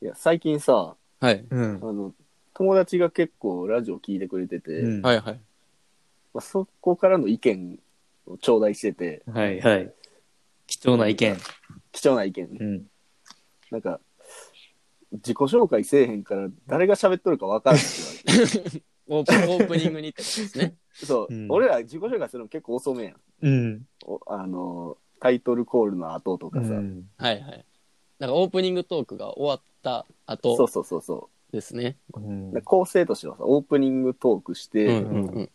いや、最近さ、はい。うんあ。の、友達が結構ラジオ聞いてくれてて、うんはいはい。まあ、そこからの意見を頂戴してて、はいはい。貴重な意見。貴重な意見ね。うん。なんか、自己紹介せえへんから、誰が喋っとるか分からんって言われて。オープンオープニングにってことですね。そう、うん俺ら自己紹介するの結構遅めやん。うん。おあの、タイトルコールの後とうかさ。ん。はいはい。なんかオープニングトークが終わったそう後そうそうそですね。うんう。で構成としてはさ、オープニングトークして、うんうん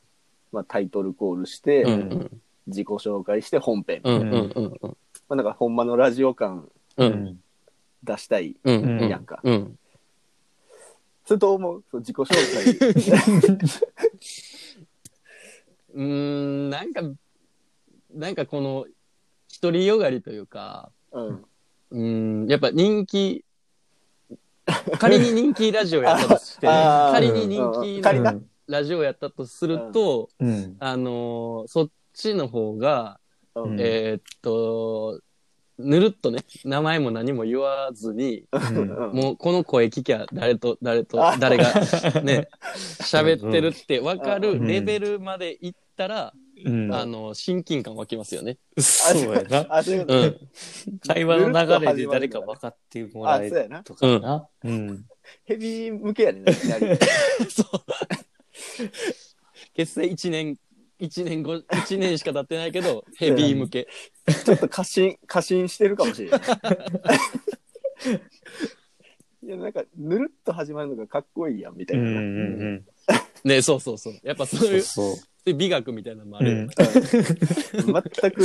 まあ、タイトルコールして、うん。うん自己紹介して本編。うんうんうんうんまあ、なんか、ほんまのラジオ感ううんん。出したいうんうんうんやんか。うん。それと思うそう自己紹介。うーん、なんか、なんかこの、独りよがりというか、うん。うーん、やっぱ人気、仮に人気ラジオやったとして、あー仮に人うん気仮のなラジオやったとすると、うん。あのーそっちの方が、うんんえーっと、ぬるっとね、名前も何も言わずに、うんうんもうこの声聞きゃ誰と誰と誰が ね、喋ってるってわかるレベルまでいったら、うん。あの、親近感湧きますよ ね。そうやな。あ、そういうこうとねん。会話の流れで誰か分かってもあ、らそうえやな。とかな。うん。ヘビー向けやねんな。いきなり結成1年、1年後、一年しか経ってないけど、ヘビー向け。ちょっと過信、 過信してるかもしれない。いや、なんか、ぬるっと始まるのがかっこいいやん、みたういんな。ううんんうん。ね、そうそうそう。やっぱそうそいうう、そう。そういう美学みたいなのもあうるよねん。全く、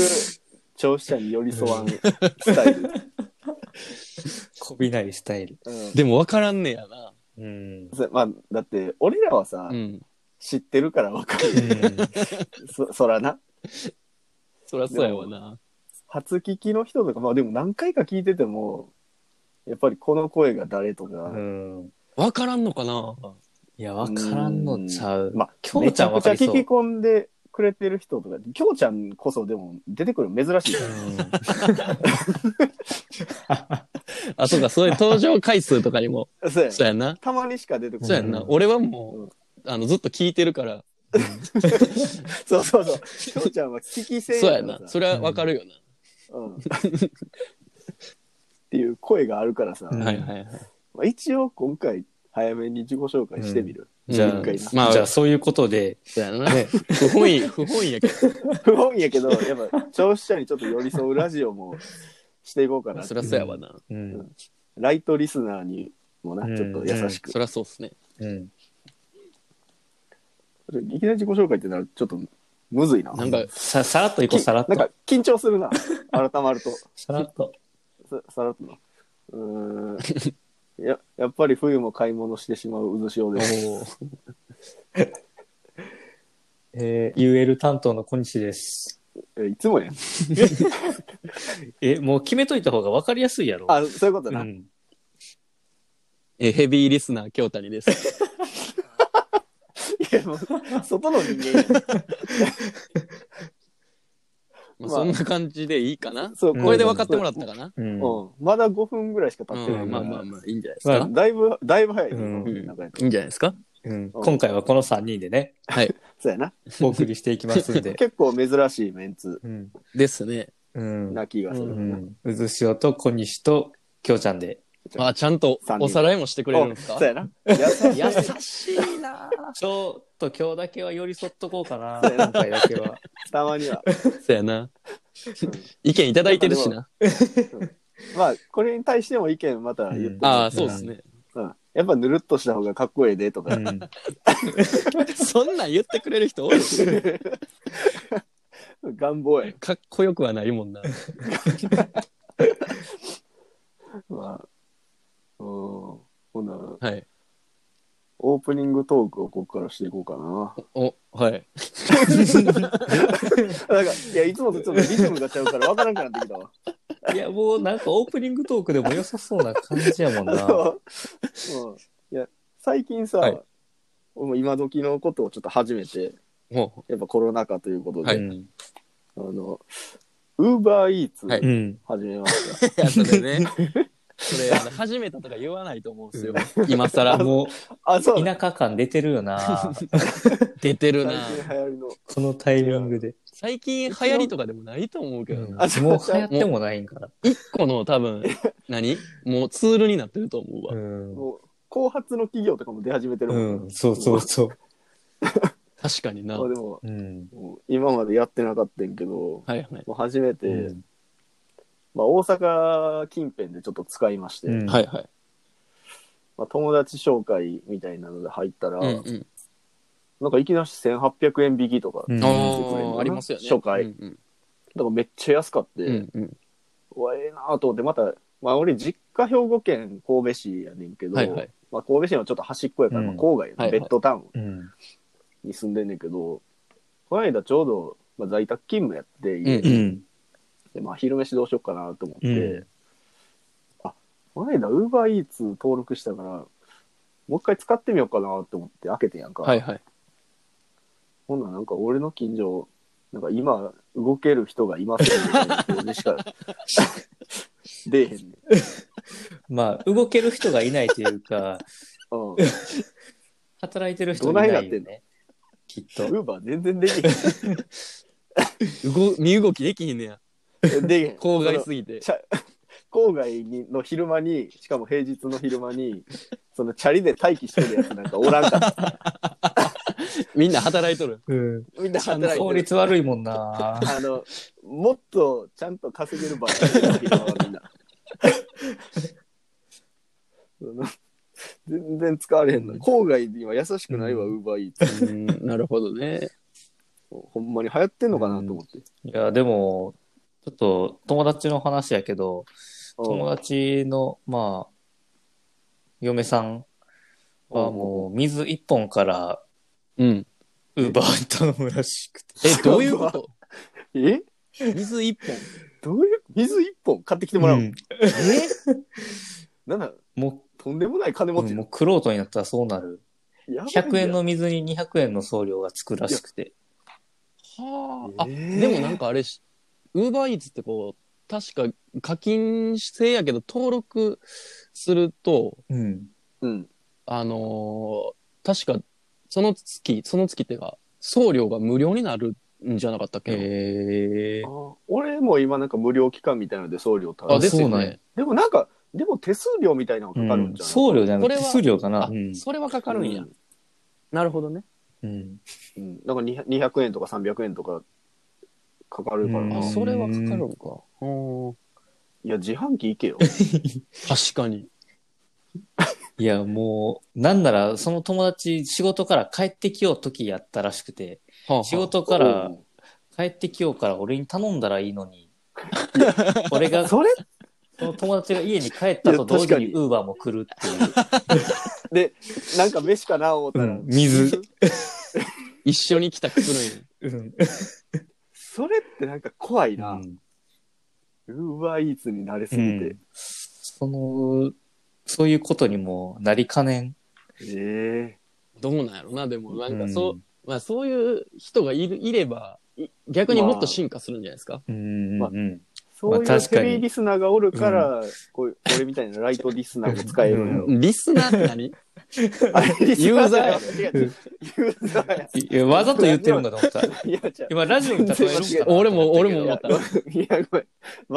聴取者に寄り添わんスタイル。こびないスタイル。うんでも分からんねやな。うん。そまあ、だって、俺らはさ、うん。知ってるからわかる。そ、そらな。そりゃそうやわな。初聞きの人とか、まあでも何回か聞いてても、やっぱりこの声が誰とか、うん。分からんのかな。いや、分からんのちゃう。まあ、きょめうちちゃゃんく分ちゃかり聞そうき。込んでくれてる人とか、きょうちゃんこそでも出てくるの珍しいから。あ、そうか、そういう登場回数とかにも。そうやそうやな。たまにしか出てこそうなやい。んなう。ん俺はもう、あの、ずっと聞いてるから。そうそうそう。きょうちゃんは聞き性そうやからな。さそれは分かるようん。っていう声があるからさ、うんまな。はいはいはい。あ、一応今回早めに自己紹介してみる。じゃうんあ、まあじゃあそういうことで、そうやな。不本意、不本意やけ不本意やけど、やっぱ聴取者にちょっと寄り添うラジオもしていこうかど。なそ。りゃそうやわな。うん。ライトリスナーにもな、うんちょっと優しく。そりゃそうっすね。うん。いきなり自己紹介ってなるとちょっとむずいな。なんか、さ、さらっといこう、きさらっなんと。か緊張するな。改まると。さらっと。ささらっとな。うー ん。や、やっぱり冬も買い物してしまう渦潮です。おーえー、UL 担当の小西です。えいつもやん。え、もう決めといた方が分かりやすいやろ。あ、そういうことうな。ん。え、ヘビーリスナー、京谷です。いや、もう、外の人 間やままあ、あそんな感じでいいかな。そうこれで分かってもらったかな。うん。うん。まだ5分ぐらいしか経ってなういん、かまあら。まあまあ、いいんじゃないですまかあ。だいぶ、だいぶ早いよ。うん5分なんかやといいんじゃないですか。うん今回はこの3人 でね、はい。そうやな。お送りしていきます んで。結構珍しいメンツうん。ですね。うん。な気がすうるな。ん。うずしおと小西ときょうちゃんで。あ、ちゃんとおさらいもしてくれるんですおかそうやな。やさ優しいなぁちょっと今日だけは寄り添っとこうかな、 今回だけは。たまには。そうやな。意見いただいてるしな。まあ、これに対しても意見また言ってもらああ、ってそうですね。うんやっぱぬるっとした方がかっこええでとか、うん。そんなん言ってくれる人多いし 願望や。かっこよくはないもんな。まあ、うん。ほな、はい。オープニングトークをここからしていこうかお、はい。 な。なんか、いや、いつもとちょっとリズムがちゃうからわからんくなってきたわ。いや、もうなんかオープニングトークでも良さそうな感じやもんあ な。のうんいや、最近さ、はい俺も今時のことをちょっと初めて、もやっぱコロナ禍ということで、はういん。あの、ウーバーイーツはいううん。始めました。う、やったね。それ、あの初めてとか言わないと思うんですよ。今更。も あ、そうう、田舎感出てるよな。出てる最な。近流行りの。 このタイミングで。最近流行りとかでもないと思うけどな。あそうもう流行ってもないんかな。一個の多 分、何もうツールになってると思うわ。うん。もう、後発の企業とかも出始めてるもん。うん、そうそうそう。確かにな。まあはでも、うん。もう今までやってなかったんやけど、いはい。もう初めて、うんまあ、大阪近辺でちょっと使いまして、うんはいはい。まあ、友達紹介みたいなので入ったら、うんうん。なんかいきなり1800円引きとか、うんあうーんありますよね。初回うんだからめっちゃ安かって、うんうんうん。うわええなと思ってまた、まあ、俺実家兵庫県神戸市やねんけど、はいはい。まあ、神戸市のちょっと端っこやから、まあ、うん郊外の、はいはいベッドタウンうん。に住んでんねんけど、この間ちょうど、まあ、在宅勤務やって、うんうん。でまあ、昼飯どうしようかなと思って、うんあこの間ウーバーイーツ登録したからもう一回使ってみようかなと思って開けてんやんか、はいはい。ほんならなんか俺の近所なんか今動ける人がいませんみたいな表示 しか出えへんねん、まあ、動ける人がいないという か、うん、ウ働いてる人いないよね。きっと。ーバー全然できへ動身動きできひんねや。んでき へん郊外そすぎての。ちゃ郊外にの昼間にしかも平日の昼間にそのチャリで待機してるやつなんかおらんかったみんな働いとる。うん。 みんなちゃん働いとて効る率悪いもん な。あの、もっとちゃんと稼げる場合だよみんなその全然使われへんの。郊外には優しくないわ、ウうーバーイーツ。うん、なるほどね。ほんまに流行ってんのかなと思って。いや、でも、ちょっと友達の話やけど、友うん達の、まあ、嫁さんはもう水一本からうん。ウーバー頼むらしくて。え、どういうことえ水一本。どういう水一本買ってきてもらう、うんなんだ、もとんでもない金う、持ちもうクロートになったらそうなる。やばいやん100円の水に200円の送料がつくらしくて。はあ。あ、えーでもなんかあれし、ウーバーイーツってこう、確か課金制やけど、登録すると、うん。うん。あのー確か、その月、その月っていうか、送料が無料になるんじゃなかったっけ、へえあ。ー俺も今なんか無料期間みたいので送料あ、高あい。ですよそうなんやね。でもなんか、でも手数料みたいなのうかかるんんじゃない、送料じゃなくてこれは手数料かな。あう、ん。それはかかるんや。うんなるほどね。うんうん、なんか200 200円とか300円とかかかるからな、うあ、んいそれはかかるんか。うんや自販機行け よ確かに。いや、もう、なんなら、その友達、仕事から帰ってきよう時やったらしくて、はあはあ仕事からう帰ってきようから俺に頼んだらいいのに、俺が、んそそれの友達が家に帰ったと同いや確時かににウーバーも来るっていう。でなんか飯かな思ったら、うん水一緒に帰宅するんや。うん。 それってなんか怖いな、ううわいいつになれすぎて、ん。その、そういうことにもなりかねん。えどうなんやろな、でも、なんかそう、うまあそういう人がいる、いれば、い逆にもっと進化するんじゃないですか。うんうんうん。そういまあう確かヘにビーリスナーがおるから、こういう俺みたいなライトリスナーも使えるんやろ、うリスナー って何あれリスナじゃないユー違う違うユーザーやいやわざと言ってるんかと 思った。いやじゃ今、ラジオに例えるんかな俺 も、俺も い思やった。ごめんいやごめ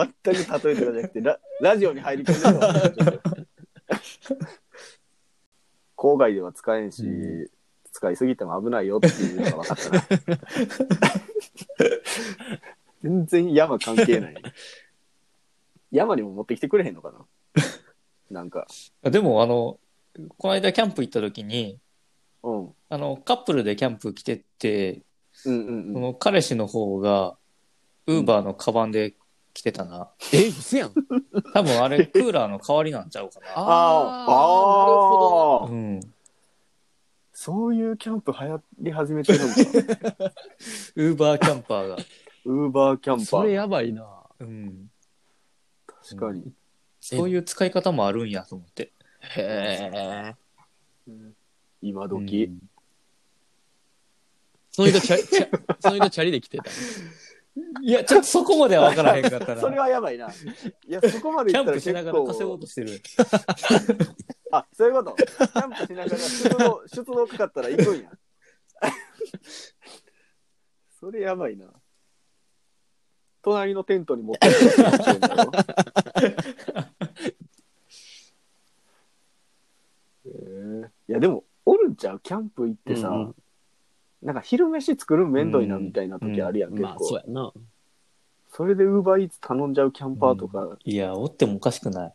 ん全く例えとかじゃなくてララジオに入り込んでるの郊外では使えんし、う使いすぎても危ないよっていうのが分かった な全然山関係ない山にも持ってきてくれへんのかななんかでも、あの、この間キャンプ行った時に、うんうんあの、カップルでキャンプ来てって、うんそうんの彼氏の方が、ウーバーのカバンで来てたな。え、嘘やん。多分 あれ、クーラーの代わりなんちゃうかな。あーなるほあーうん。ウそういうキャンプ流行り始めて るんだーバーキャンパーが。ウーバーキャンどな。パそれーやばいな。うん。確かに、そういう使い方もあるんやと思って。へえ。今うん時、 その人チャリ、チャその人チャリで来てた。いや、ちょっとそこまでは分からへんかったな。 それはやばい な。いや、そこまでキ言っャたらンプ結しながら稼ご構うと。してる。あ、そういうこと。キャンプしながら出 動、出動かかったら行くんや。 それやばいな。隣のテントに持ってくるかもしれんだ ろえーいや、でも、おるんちゃうキャンプ行ってさ、うんうんなんか昼飯作るの面倒いなみたいな時あるやん、結構。まあ、そうやな。それでウーバーイーツ頼んじゃうキャンパーとか、いや、おってもおかしくない。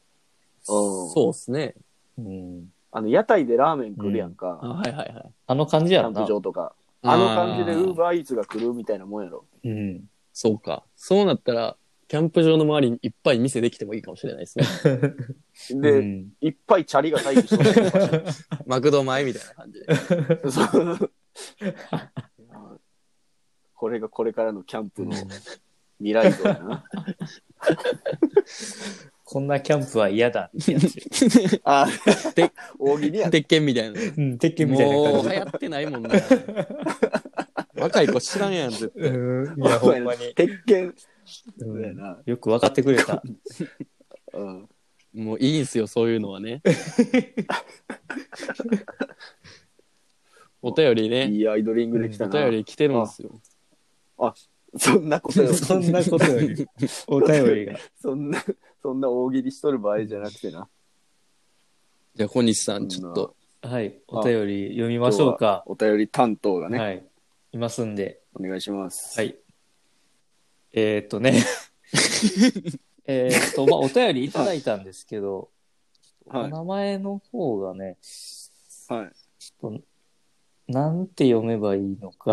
そうっすね。うん。あの屋台でラーメン来るやんか、あはいはいはい。あの感じキやャろンなプ。場とかあの感じであウーーバーイーツが来るみたいなもんやろうん。そうか。そうなったら、キャンプ場の周りにいっぱい店できてもいいかもしれないですね。で、うんいっぱいチャリが待機してる マクド前みたいな感じで。そういやこれがこれからのキャンプの未来像やなこんなキャンプは嫌だ。あで大喜利やな 鉄拳みたいな。うん、鉄拳みたいなも感うじ流で。行ってない もんな。若い子知らんやん、絶対。うん、いや、ほんまに。鉄拳うそうやんな、よく分かってくれた。うん、もういいんすよ、そういうのは ね。お便りね。いいアイドリングできたおな、便り来てるんですよ。そんなことよ そんなことより、お便りが。そんなそんな大喜利しとる場合じゃなくてなじゃあ、小西さん、ちょっと。 はい、お便り読みましょうか。お便り担当がね、はい、いますんで。お願いしますはい。えーっと ね。えーっと、まあ、お便りいただいたんですけど、はいお名前の方がね、はいなんて読めばいいのか。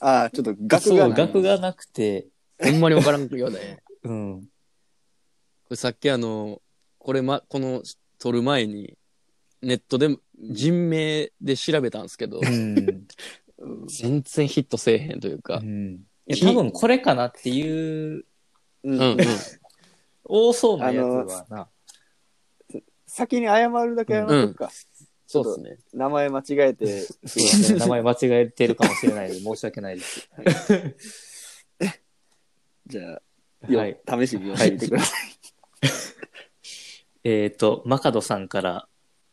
ああ、ちょっと額そがう、ない。額がなくて、ほんまにわからんよね。うん。これさっきあの、これま、この、撮る前に、ネットで人名で調べたんですけどう、 ん。全然ヒットせえへんといううか。ん、いや多分これかなっていう、ううんん うん。多そうなやつはな。先に謝るだけ謝っとくか。そうですね。名前間違えて、そうです ね。名前間違えてるかもしれないので、申し訳ないです。じゃあ、よはい。試しに読んでみてくださえーっと、マカドさんから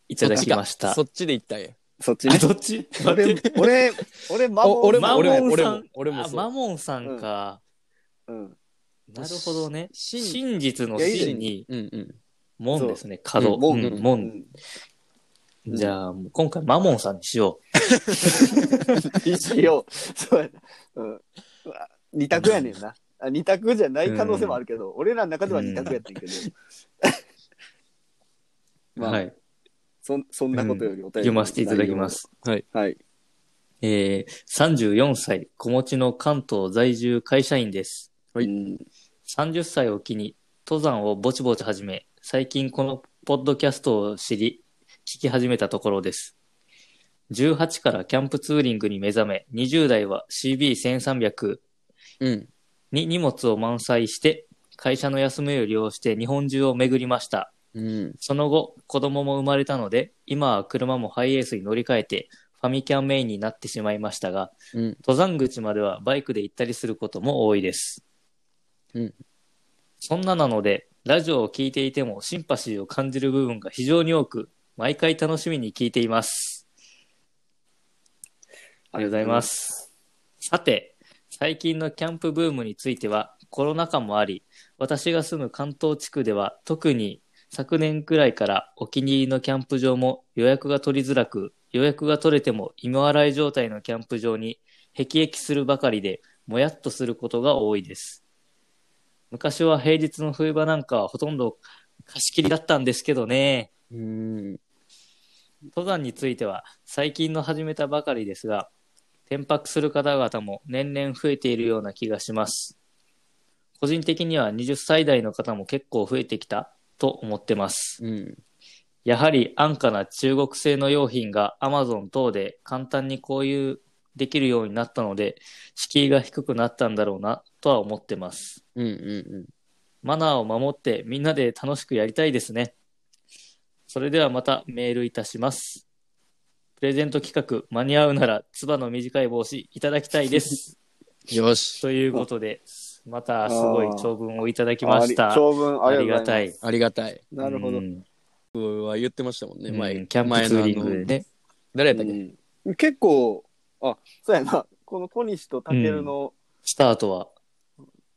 いただきました。そっちで行ったんや。い。 そっちあね。どっち俺、俺、俺、マモンお俺マもモン俺さんも俺も俺もあそうマモンさんか。うん。なるほどね。真真実のいやいいね真に、うんうん。門ですね。角。うん門、門うんう門。ん。じゃあ、今回マモンさんにしよ一応、そうやな。うん。うわ二択やねんな。あ二択じゃない可能性もあるけど、俺らの中では二択やってんけど、う。まあはい。そんそんなことよりお便り、読ませていただきま。す。はい。えー、34歳、子持ちの関東在住会社員です。はいうん30歳を機に登山をぼちぼち始め、最近このポッドキャストを知り、聞き始めたところです。18からキャンプツーリングに目覚め、20代は CB1300 うん。に荷物を満載して、会社の休みを利用して日本中を巡りました。うん。その後、子供も生まれたので、今は車もハイエースに乗り換えて、ファミキャンメインになってしまいましたが、うん。登山口まではバイクで行ったりすることも多いです。うんそんななので、ラジオを聞いていてもシンパシーを感じる部分が非常に多く、毎回楽しみに聞いています。ありがとうございま。す。さて、最近のキャンプブームについては、コロナ禍もあり、私が住む関東地区では特に昨年くらいからお気に入りのキャンプ場も予約が取りづらく、予約が取れても芋洗い状態のキャンプ場に辟易するばかりで、もやっとすることが多いです。昔は平日の冬場なんかはほとんど貸し切りだったんですけどね。うん。登山については最近の始めたばかりですが、転泊する方々も年々増えているような気がします。個人的には20歳代の方も結構増えてきたと思ってます。うん。やはり安価な中国製の用品が Amazon 等で簡単に購入できるようになったので、敷居が低くなったんだろうなとは思ってます。うん。うん。マナーを守ってみんなで楽しくやりたいですね。それではまたメールいたします。 プレゼント企画間に合うなら、つばの短い帽子いただきたいです。よし。ということで、またすごい長文をいただきましあた。りあ長文ありりがとがうござたいまいす。ありがたい。なるほどう。ん僕は言ってましたもんね、う前。んキャンプツー前リンのあグのでね。誰やったっけ、うん結構、あ、そうやな。この小西とたけるのスタートは。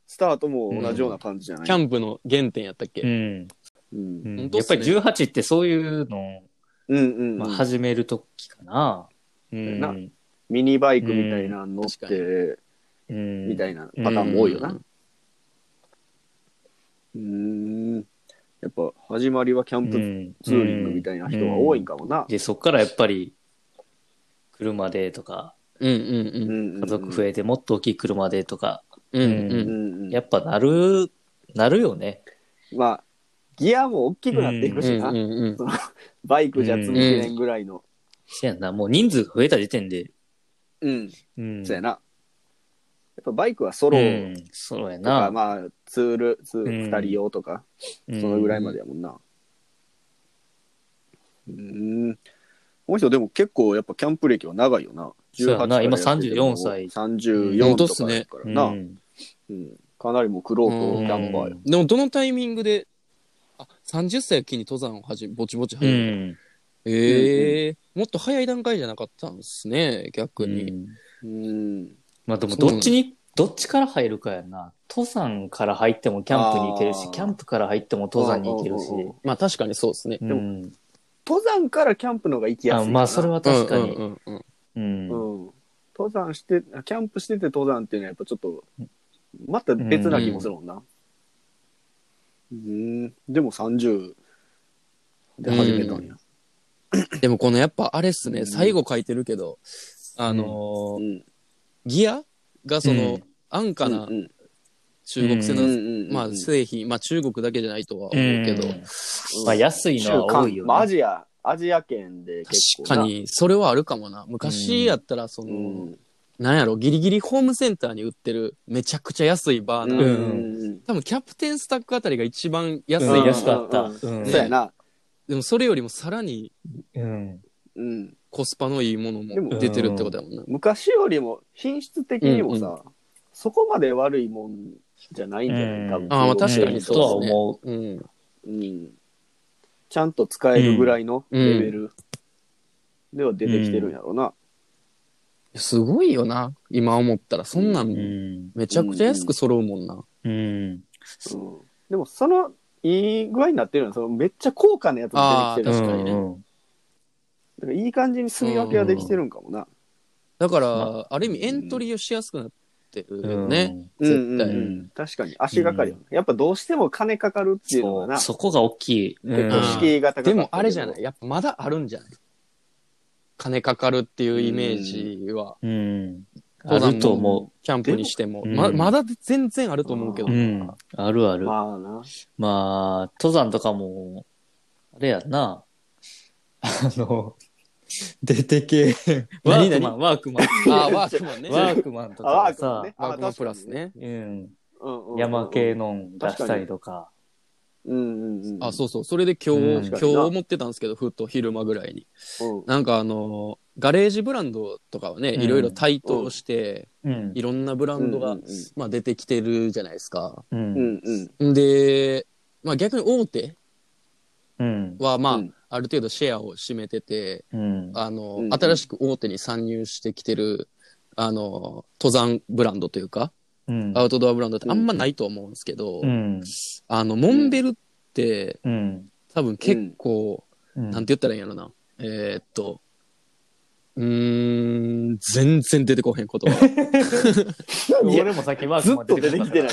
スタートも同じような感じじゃない、キャンプの原点やったっけ、うん。うんうん本当やっすっぱねり18ってそういうのうんうんうんを、まあ、始めるときかな。うん。なミニバイクみたいなの乗っうんて、うんみたいなパターンも多いよな。うん。やっぱ始まりはキャンうプんツーリングみたいな人が多いんかもな。で、そっからやっぱり、車でとか、うんうん家うん。家族増えてもっと大きい車でとか、うんううん。んうんやっぱなる、なるよね。まあ、ギアも大きくなっていくうんしうんな。うんバイクじゃ積みきれんぐらいの。せやな、もう人数が増えた時点で。うん。うんそうやな。やっぱバイクはソうロん、そうやとか、な。まあ、ツール、ツーうんル、二人用とか、うんそのぐらいまでやもんな。うん。この人、でも結構やっぱキャンプ歴は長いよな。そうやな18今からやってても34歳34とかやかうらんな。うんかなりもう苦労とキャンパーよ。でもどのタイミングで、あ、30歳を機に登山を始め、ぼちぼちう始めた。ん。ええもっと早い段階じゃなかったんですね、逆うに。んうん。まあでもどっちに、どっちから入るかやな。登山から入ってもキャンプに行けるあし、ーキャンプから入っても登山に行けるしおうおうおう。まあ確かにそうですね。うでもん。登山からキャンプの方が行きやすいあかな。まあそれは確かうんうに。んうんうん。うん。登山して、あキャンプしてて登山っていうのはやっぱちょっと、また別な気もするもんな。うん、でも30で始めたんや。うんでもこのやっぱあれっすうね、ん最後書いてるけど、あのうー、ん。ギアがその、うん安価なうんうん中国製うんの、うんうんまあ製品、まあ中国だけじゃないとは思うけど、うんまあ安いのは多いよまあアね。ジア、アジア圏で結構確かな。に、それはあるかもな。昔やったら、その、うん。なんやろ、ギリギリホームセンターに売ってる、めちゃくちゃ安いバーナー。んうん多分、キャプテンスタックあたりが一番安いうんや安つ。かった。うんうんそうやな。でも、それよりもさらにうん。うん。コスパのいいものでもも出てるってことやもんな。昔よりも品質的にもさ、うそこまで悪いもんじゃないんじゃない、うん多分ああまあ確かにとはそうですね思うん。うん、ちゃんと使えるぐらいのレベルでは出てきてるんやろうな。すごいよな、今思ったら。そんな、う。うんん。めちゃくちゃ安く揃うもんな。うん。うんでもそのいい具合になってるのはそのめっちゃ高価なやつも出てきてるしあー確かにねうんうんだからいい感じに住み分けができてるんかもな。だから、まある意味エントリーをしやすくなってるよね。うん絶うんう対、ん、確かに足がかりよね、やっぱどうしても金かかるっていうのそがうなそこが大きい。う結ん構敷居が高かったけでども、あれじゃない。やっぱまだあるんじゃない金かかるっていうイメージは。うん。あると思キャンプにしても。でもまうんまだ全然あると思うけどう。うな。ん。あるある。まあな。まあ、登山とかも、あれやんな。あの、出てけえへん。ワ何ークマン、ワークマン。あ あ、ワークマンね。ワークマンとあ、ワかークもさ、ね。ワーあクマンプラス。ね。うん、うんうんうん山系。のん出したりとか。うんうんうん。あ、そうそう。それで今日、うん今日思ってたんですけど、ふっと昼間ぐらいに。うん。なんかあのー、ガレージブランドとかはね、うんいろいろ台頭して、うんいろんなブランドが、うんうんうんまあ出てきてるじゃないですか。う。うんんうん。で、まあ逆に大手うん。はまあ、うんある程度シェアを占めてて、うん。あのー、うんうん新しく大手に参入してきてる、あのー、登山ブランドというか、うんアウトドアブランドってあんまないと思うんですけど、うん。あの、モンベルって、うん。多分結構、うんなんて言ったらいいんやろな。えーっと、うーん、全然出てこへんことは。 俺もさっきワークずマっンと出てきてない。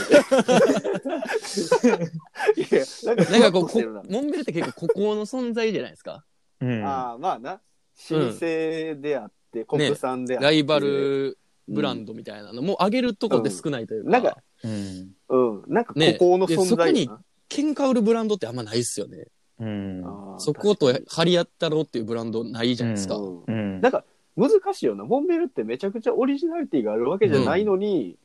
いや、なんかなんかこふわっう、としてこるなモンベルって結構孤高の存在じゃないですか。うん。ああ、まあな。老舗であって、国産であって。ライバ。ルブランドみたいなのも上げるとこって少ないというか、うんなんかうん。うん。なんかね孤高の存在いややそな。喧嘩売るブランドってあんまないっすよね。うん。あーそこと張り合ったろうっていうブランドないじゃないですか。ううんんうんなんか難しいよな。モンベルってめちゃくちゃオリジナリティがあるわけじゃないのに、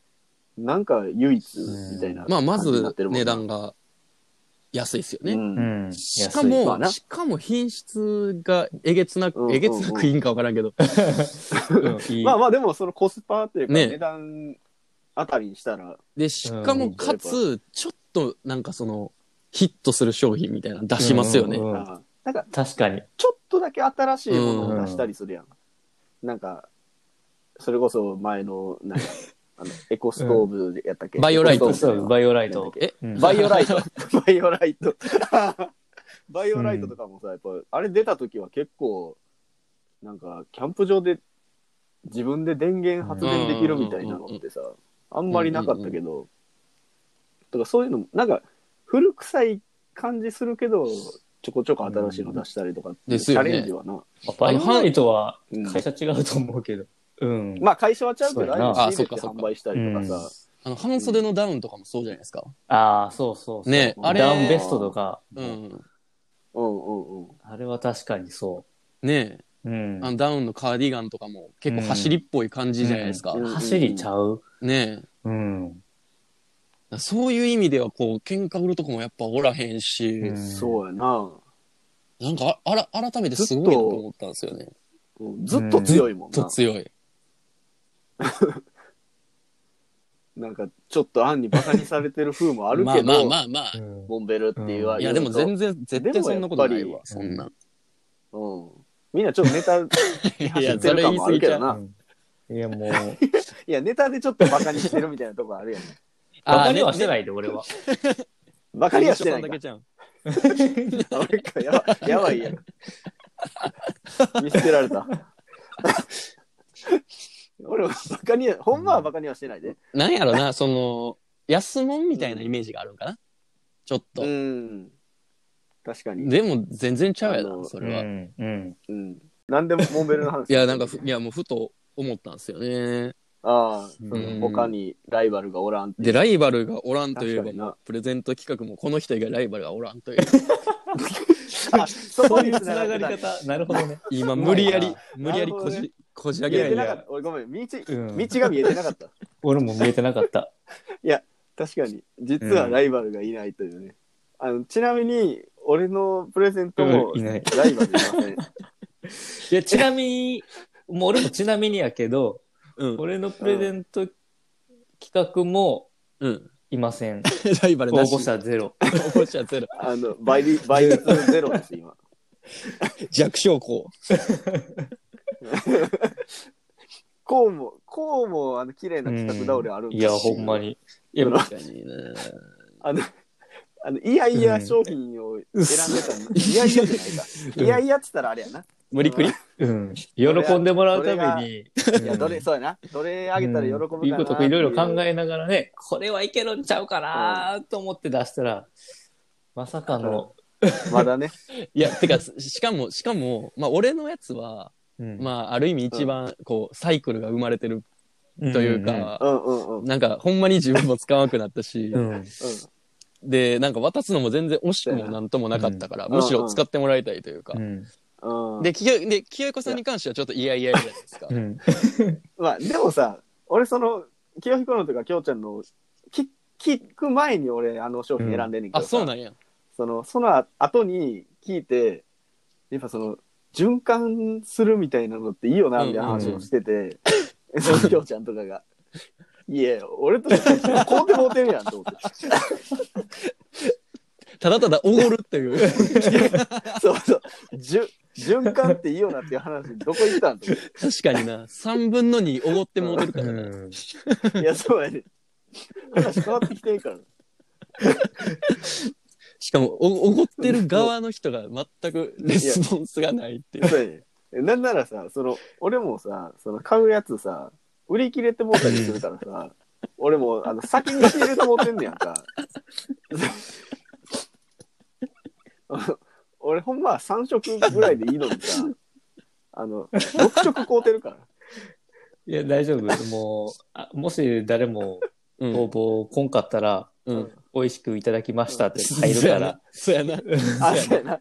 なんか唯一みたいなまあ、ま感じになずってるもんな。値段が安いっすよね。うんうん。しか安いまあも、なしかも品質がえげつなうんうんうく、んえげつなくいいんかわからんけど、うんいいまあまあでもそのコスパっていうかね値段あたりにしたら、で、しかうも、んかつ、ちょっと、なんかその、ヒットする商品みたいなの出しますよね。うんうんうんあなんか確かに。ちょっとだけ新しいものを出したりするやん。なんか、それこそ前の、なん か、あのエコストーブでやったっけ、うんバイオライトエコストそーブう、バイオライなんだトっ。けえ、うんバイオライト。 バイオライ ト。バイオライトとかもさ、やっぱ、あれ出た時は結構、なんか、キャンプ場で自分で電源発電できるみたいなのってさ、あんまりなかったけど、とかそういうの、なんか、古臭い感じするけど、ちょこちょこ新しいの出したりとかっていう、ですチよャねレンジはな。バイオライトはうん会社違うと思うけど。うん。まあ、会社はちゃうけそうど、やああないうの仕入れてあそっかそっか販売したりとかさ、あの、半袖のダウンとかもそうじゃないですか。ああ、そうそうそう。ねあれダウンベストとか、うん。うんうんうん。あれは確かにそねえ、う。うん。あのダウンのカーディガンとかも結構走りっぽい感じじゃないですか。うん走りちゃう。ねえ。うん。そういう意味では、こう、喧嘩売るとこもやっぱおらへんし、そうやな。なんかあ、あら、改めてすごいなと思ったんですよね。うんずっと強いもんとな。強い。なんか、ちょっと案にバカにされてる風もある まあけど、まあまあまあ。うん。ボンベルっていうわいや、でも全然、然、絶対そんなことないでもやっわぱ、りそんな。うん。みんなちょっとネタ、 い走や、っそてるれ感言いもあ過ぎるけちゃどう。な。いや、 もう、いや、ネタでちょっとバカにしてるみたいなとこあるやん。バカにはしてい。ないで、俺は。バカにはしてないだかけ。じゃん。あれか、やばやばいやん。見捨てられた。 俺はバカには、ほんまはバカにはしてないで。なんやろな、その、安物みたいなイメージがあるんかな。ちょっとう。ん。確かに。でも、全然ちゃうやあのな、そうれは。いん。うん。うん。なんでもボンベルの話。や、なんか、ふいや、もうふと思ったんですよね。ああ、そうのん他にライバルがおらんっていうで、ライバルがおらんとい確えばかになもう、プレゼント企画もこの人以外ライバルがおらんという。あ、そこにつ繋なががりり方。方、なるほどね。今、うまいな無理やり、無理やりこなるほどねじ、こじ上見げえらてれなたかった。俺ごめん、道、 うん道が見えてなか った。俺も見えてなかった。確かに。実はライバルがいないというね。あの、ちなみに、俺のプレゼントも、うんいないライバルいませ ん。 いや、ちなみに、もう俺もちなみにやけど、うん。俺のプレゼント企画もうん。いません。 ライバル応なし。募者ゼロ。応募者ゼロ。あの、倍率、倍率ゼロです、今。弱小校。こうも、こうも、あの、綺麗な企画倒れあるいや、ほんまに。に。いや、確かにね。 あの、あの、いやいや商品を選んでたの。いやいやじゃないか。うんいやいやっつったらあれやな。無理くり。うん。喜んでもらうために。いや、どれ、そうやな。どれあげたら喜ぶかな。いいこといろいろ考えながらね、これはいけるんちゃうかなと思って出したら、まさかの、まだね。いや、てか、しかも、しかも、まあ、俺のやつは、あ、まあ、ある意味一番、こう、サイクルが生まれてるというか、うんうんうん。なんか、ほんまに自分も使わなくなったしう、ん、うん。で、なんか渡すのも全然惜しくもなんともなかったから、んむしろ使ってもらいたいというかう。ん。うん。うん、で、きよ、で、きよいこさんに関してはちょっといやいやいやじゃないですかう。ん。まあ、でもさ、俺その、清彦のとか、きょうちゃんの、き、聞く前に俺、あの商品選んでんねんけあ、どさ、そうなんや。その、その後に聞いて、やっぱその、循環するみたいなのっていいよな、みたいな話をしてて、 そのきょうちゃんとかが。いや、俺としてはこうてもうてるやんと思って。 ただただおごるっていう。そうそう。じゅ循環っていいよなっていう話、どこ行ったんと思って確かにな。3分の2おごってもうてるからな。いや、そうやね。話変わってきてんから。しかも、おおごってる側の人が全くレスポンスがないっていう。そうやねなんならさ、その、俺もさ、その買うやつさ、売り切れてもうたりするからさ、俺も、あの、先に仕入れてもうてんねやんか。 俺ほんまは3食ぐらいでいいのにさ、あの、6食買うてる から。いや、大丈夫。もう、あもし誰もうん応募こんかったら、うん。美味しくいただきましたって入るから。そうやな。そうやな。あ、そうやな。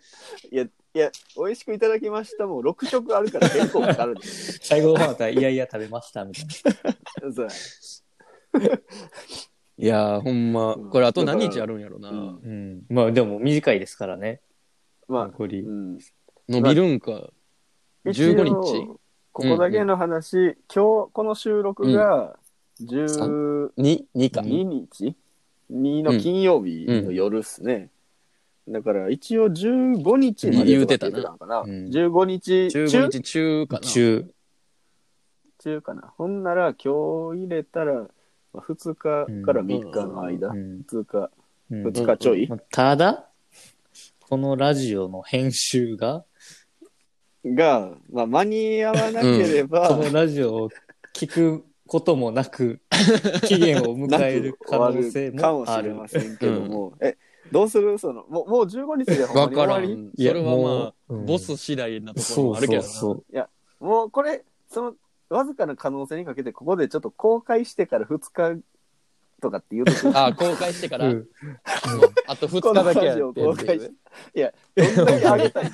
いや、いや、美味しくいただきましたもう6食あるから結構かかるで。最後の方だったら、いやいや食べました、みたいな。そうやいやーほんま、うんこれあと何日あるんやろな。うんうん。まあでも短いですからね。まあ、残りう。ん。伸びるんか。15日一応ここだけの話、今日この収録が12 2、2か。日 ?2 の金曜日の夜っすね。だから一応15日まで言うてたなとかんかな。うん15日中15日中かな。中。中かな。ほんなら今日入れたら、まあ、2日から3日の間。うん2日、うん2日ちょい、まあただ、このラジオの編集が、が、まあ、間に合わなければ、このラジオを聞くこともなく、期限を迎なえくる可能終わ性もるかあもしれる。ませんけども、え、どうするその、もう、もう15日でほわんまにか終らわりん。それはまあ、ボ、もス次第なううところんそもうあるけそどうな。そう。もうこれ、その、わずかな可能性にかけて、ここでちょっと公開してから2日とかって言うとくあ、公開してから、うんあと2日だけやこのラってジオ公開してどんだけあげたい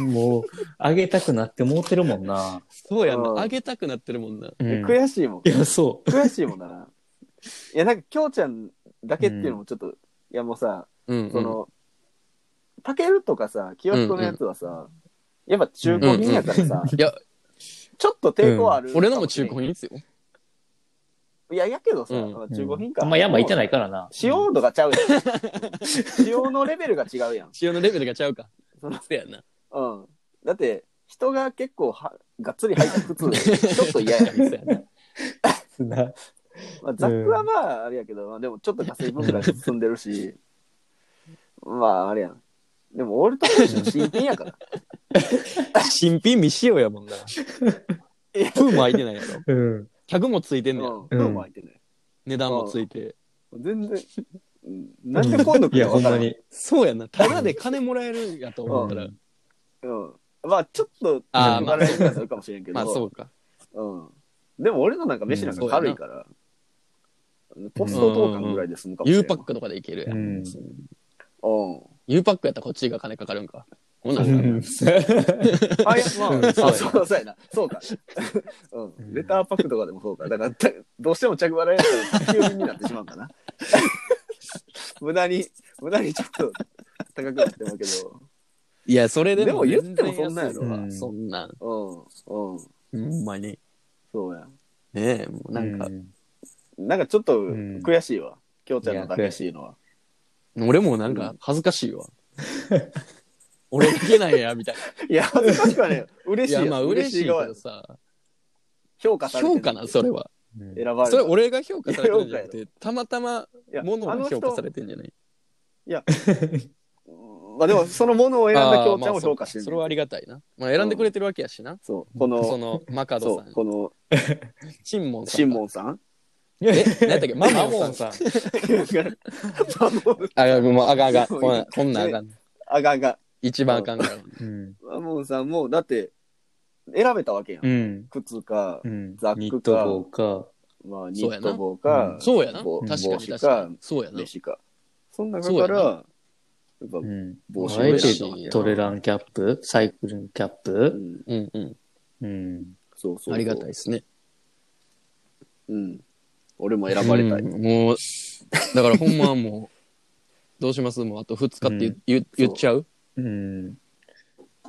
もう、あげたくなってもうてるもんな。そうやんうんな。あげたくなってるもんな。うんい悔しいもん。や、そ悔しいもんだな。いや、なんか、きょうちゃんだけっていうのもちょっと、いや、もうさ、うんうんその、たけるとかさ、清彦のやつはさ、やっぱ中古品やからさ、いや、ちょっと抵抗ある。俺のも中古品ですよ。いや、やけどさ、うんまあう。中古品うか。んあんま山いてない。ないからな。使用度がちゃうやん。使用のレベルが違うやん。使用のレベルがちゃうか。そのせやな。うん。だって、人が結構は、がっつり入った靴、ちょっと嫌やん。せやななまあ、ザックはまあ、あれやけど、まあ、でもちょっとガス分ぐらい進んでるし、まあ、あれやん。でも、オールトファッション新品やから。新品未使用やもん な。プーも開いてないやろ。うん。客もついてうんねや。ん。袋も開いてない。値段もついて。全然、うんなんで今度来いるや、のほ分んからまん。に。そうやな。ただで金もらえるんやと思ったら。ううん。まあ、ちょっと、あーまあまあ、するかもしれんけど、まあそうか。うん。でも、俺のなんか飯なんか軽いから、ポスト投函ぐらいで済むかもしれ U ん。パックとかでいけるや。ううんん。ん。 U パックやったらこっちが金かかるんか。ほんならうんあ、いや、まあ、うんそうそうそうそうやな。そうか。うん。レターパックとかでもそうか。だから、たどうしても着払いやったら、急になってしまうかな。 無駄に、無駄にちょっと高くなってもうけいや、それででもも全然安い。言ってもそんなんやろうそんなん。ど。うん。うん。ほんまに。そうや。ねえ、もうなんか、なんかちょっとん悔しいわ。きょうちゃんのだけしいのは。俺もなんか恥ずかしいわ。俺いけないや、みたいな。いや、恥ずかしくはね、 嬉いしいやや、ん。まあ嬉しいけ側やどんさ、評価されて評る価な、それは。うん選ばれそれる。俺が評価されてるんじゃなくて、たまたまいや物あがの評人価されてんじゃないまあでも、そのものを選んだきょうちゃんを評価してあーまあそうるそれはありがたいな。まあ選んでくれてるわけやしな。そう。この、その、マカドそさう、ん。この、シンモンさん。シンモンさ んえ、何や ったっけママモモンンさん。さん。あがん、もうあがんあがん。そうこんな、こんなんあがん。あがんが。一番あかんから。うん。マモンさんも、だって、選べたわけやん。うん。靴か、うんザックかニット帽か。まあ、ニそうやなット帽か、う んそうやな。帽確かに帽確子かかに。そうやな。飯か。その中そうかやら、なやっぱ、うん。帽子あえ嬉てしいなトレランキャップ、サイクルンキャッうプ。ん、うんうん。うん。そうそうそう。ありがたいですね。うん。俺も選ばれたい。うんもう、だからほんまはもう、どうしますもうあと2日って言,、うん言言っちゃううん。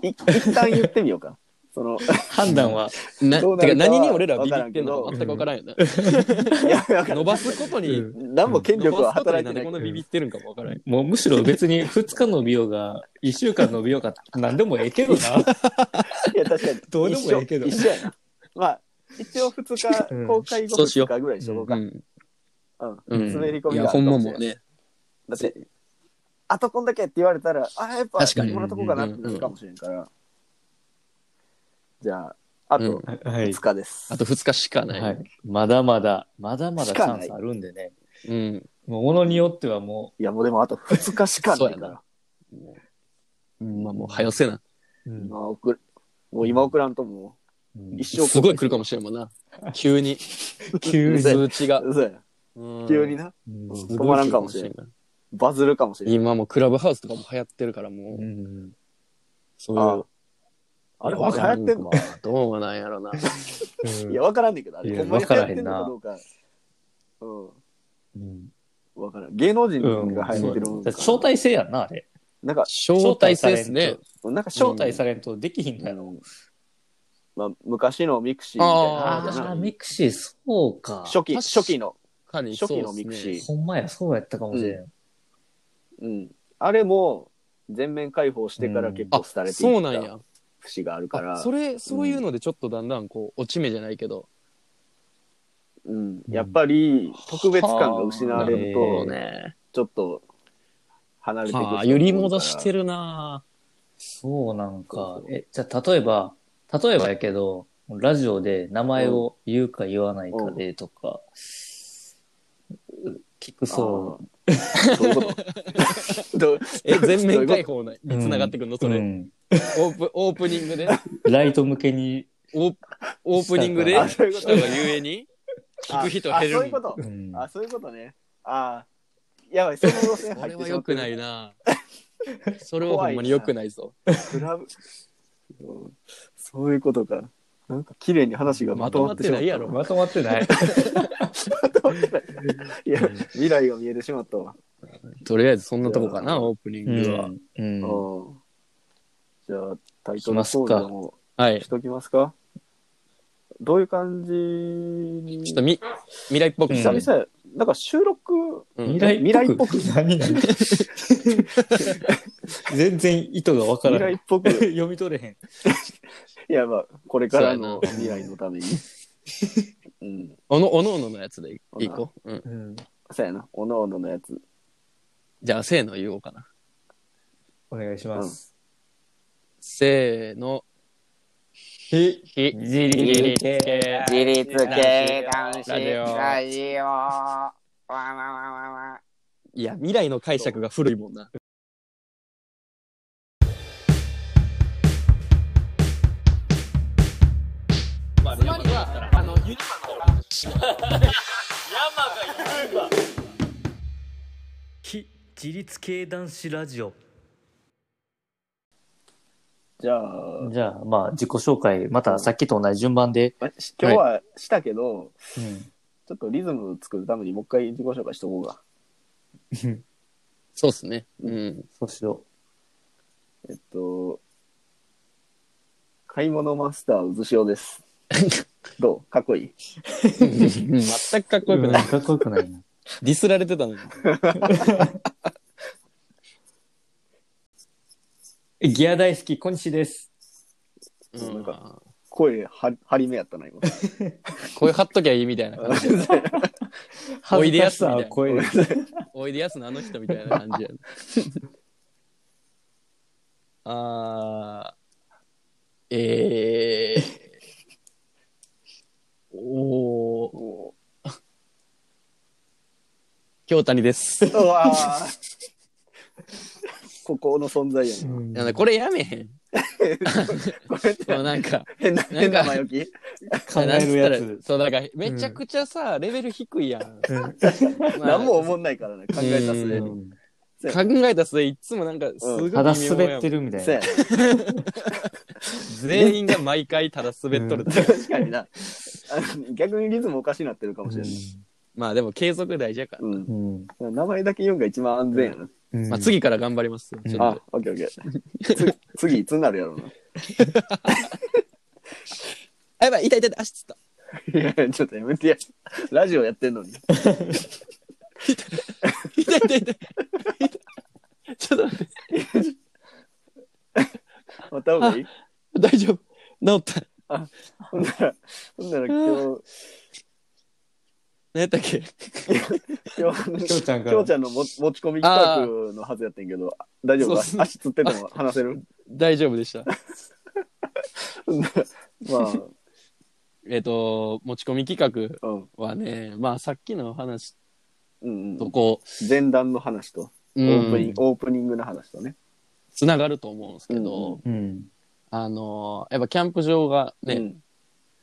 い一旦言ってみようか。そ の、判断は、などうてなかるか何に俺らビビってんのかわ全く分からんよな。いや、だから伸ばすことに、うん何も権伸力はばすことに働いなてんなでいこん。なビビってるんかも分からんよ。もうむしろ別に2日伸びようが、1週間伸びようが、何でもええけどな。いや、確かに。どうでもええけど一緒一緒やな。まあ、一応二う日、ん公開後そうしよ2う日ぐらいにしとこうか。ん。う。うん滑り込みいや、があほるんかましれもなういね。だって、あとこんだけって言われたら、あ、やっぱ、確かこにのとこかなってなるかもしれんから。じゃあ、あうとんは2。日です。あと2日しかない。はい。まだまだ、まだまだしチかャないンスあるんでね。うん。もうものによってはもいや、もうでもあと2日しかないそうかやら。まあもう、早せな。う、うん今送る。もう今送らんともうんう一生すごい来るかもしれんもんな。急に。急に通知が。そうや。う ん急に。な。うんすごい来る止まらんかもしれんかもしバズるかもしれれんん。今もうクラブハウスとかも流行ってるからもうう、んそういう。あれ、わわかかららんんけてどんまのあどうなん やろな。いや、わからんねんけど、あいれ、やほんまに流行ってんのかどうか。うんうん。わからん。芸能人うんが入ってるもんかだって招待制やんな、あれ。なんか、招待制ですね。なんか、招待されんとできひんあから。の、まあ、昔のミクシーみあたいなのーじゃあなあ、い。ミクシー、そうか。初期、確初期の。かに初期のそうっすねミクシィほんまや、そうやったかもしれん。うん。あれも、全面開放してから結構あ廃れていそうなんっやた節があるかあら、それそういうのでちょっとだんだんこう落ち目じゃないけど、うん、やっぱり特別感が失われるはあなほとど、ねちょっと離れていく人が多いはかあら。揺り戻してるなそうなんかそう。そうえ、じゃあ、例えば、例えばやけど、ラジオで名前を言うか言わないかでとか、聞くそう。あー。そういうことどうえ全面どうい開うこ放につながってくるの、それ、うんオープオープニング でライト向けに、オーオープニングであ人そういうことがゆえにと聞く 人あ減るそういうことう。んあ、そういうことね。あーやばい、その路線そ入ってれはしま良ってくるない なそれはほんまに良くないぞクラブ。うんそういうことか。なんか綺麗に話がままととままっってしてまっなたいやろまとまってない。 いや、未来が見えてしまったわ。とりあえずそんなとこかなオープニンうグは、ん。うんうんじゃあ、タイしトまルすコーかルでもはいしときますか。どういう感じにちょっとみ未来っぽく、うん久々や、なんか収録、うん未来未来っぽく何々 全然意図がわから未来ないっ。ぽく、読み取れへん。いや、まあ、これからのそう未来のた めに。うん、おのおのおののやつでいこう、うん、うん。そうやな、おのおののやつ。じゃあせーの言おうかなお願いします。せーのひひ自立系自立系男子ラジラジオオ。ラジオわわわわわ。いや未来の解釈が古いもんな非自立系男子ラジオ。じゃあ、じゃあ、まあ、自己紹介、またさっきと同じ順番で。まあし今日はしたけど、うん。ちょっとリズムを作るためにもう一回自己紹介しとこうか。そうっすねうんそうしよえっと、買い物マスターうずしお です。どうかっこいい 全くかっう。こよくない、かっこよくないな。ディスられてたのにギア大好き、小西です。うんうん声は張り目やったな、 今。こういう貼っときゃいいみたいな感じおいでやすみたいな恥ずかしさを超えるおいでやすのあの人みたいな感じや、ね、 あーえー、おおー京谷ですうわー ここの存在やな。いやこれやめへ んこれってもうなんか変な、変な前置き考えるやなんつったらつ。そうだからめちゃくちゃさ、レベル低いやん、まあ何も思んないからね、考えたすでに。考えた末いっつもなんかすごい微妙たやだん滑ってるみたいそうやな。な。全員が毎回ただ滑っとるって、確かにな。あの逆にリズムおかしになってるかもしれない。まあでも継続大事やから、うんうん。名前だけ言うんが一番安全やな。うんまあ、。次から頑張りますようんちょっあと、オッケーオッケー。つ次いつになるやろうな。あやばい痛い痛い痛い足つったいや、ちょっとやめてや。ラジオやってんのに。痛い痛い痛い痛いちょっと待ってまた方がいい大丈夫治ったほんなら、ほんなら今何やったっけ日、今日、きょうちゃんかきょらうちゃんのも持ち込み企画のはずやってんけど、大丈夫かそうっすね足つってても話せる大丈夫でしたほんならまえっと持ち込み企あ、うん。画はねまあさっきの話うんうとん、こ前段の話とオう、ープニンうグん、オープニングの話とね。つながると思うんですけど、うんうん。あのやっぱキャンプ場がね、うん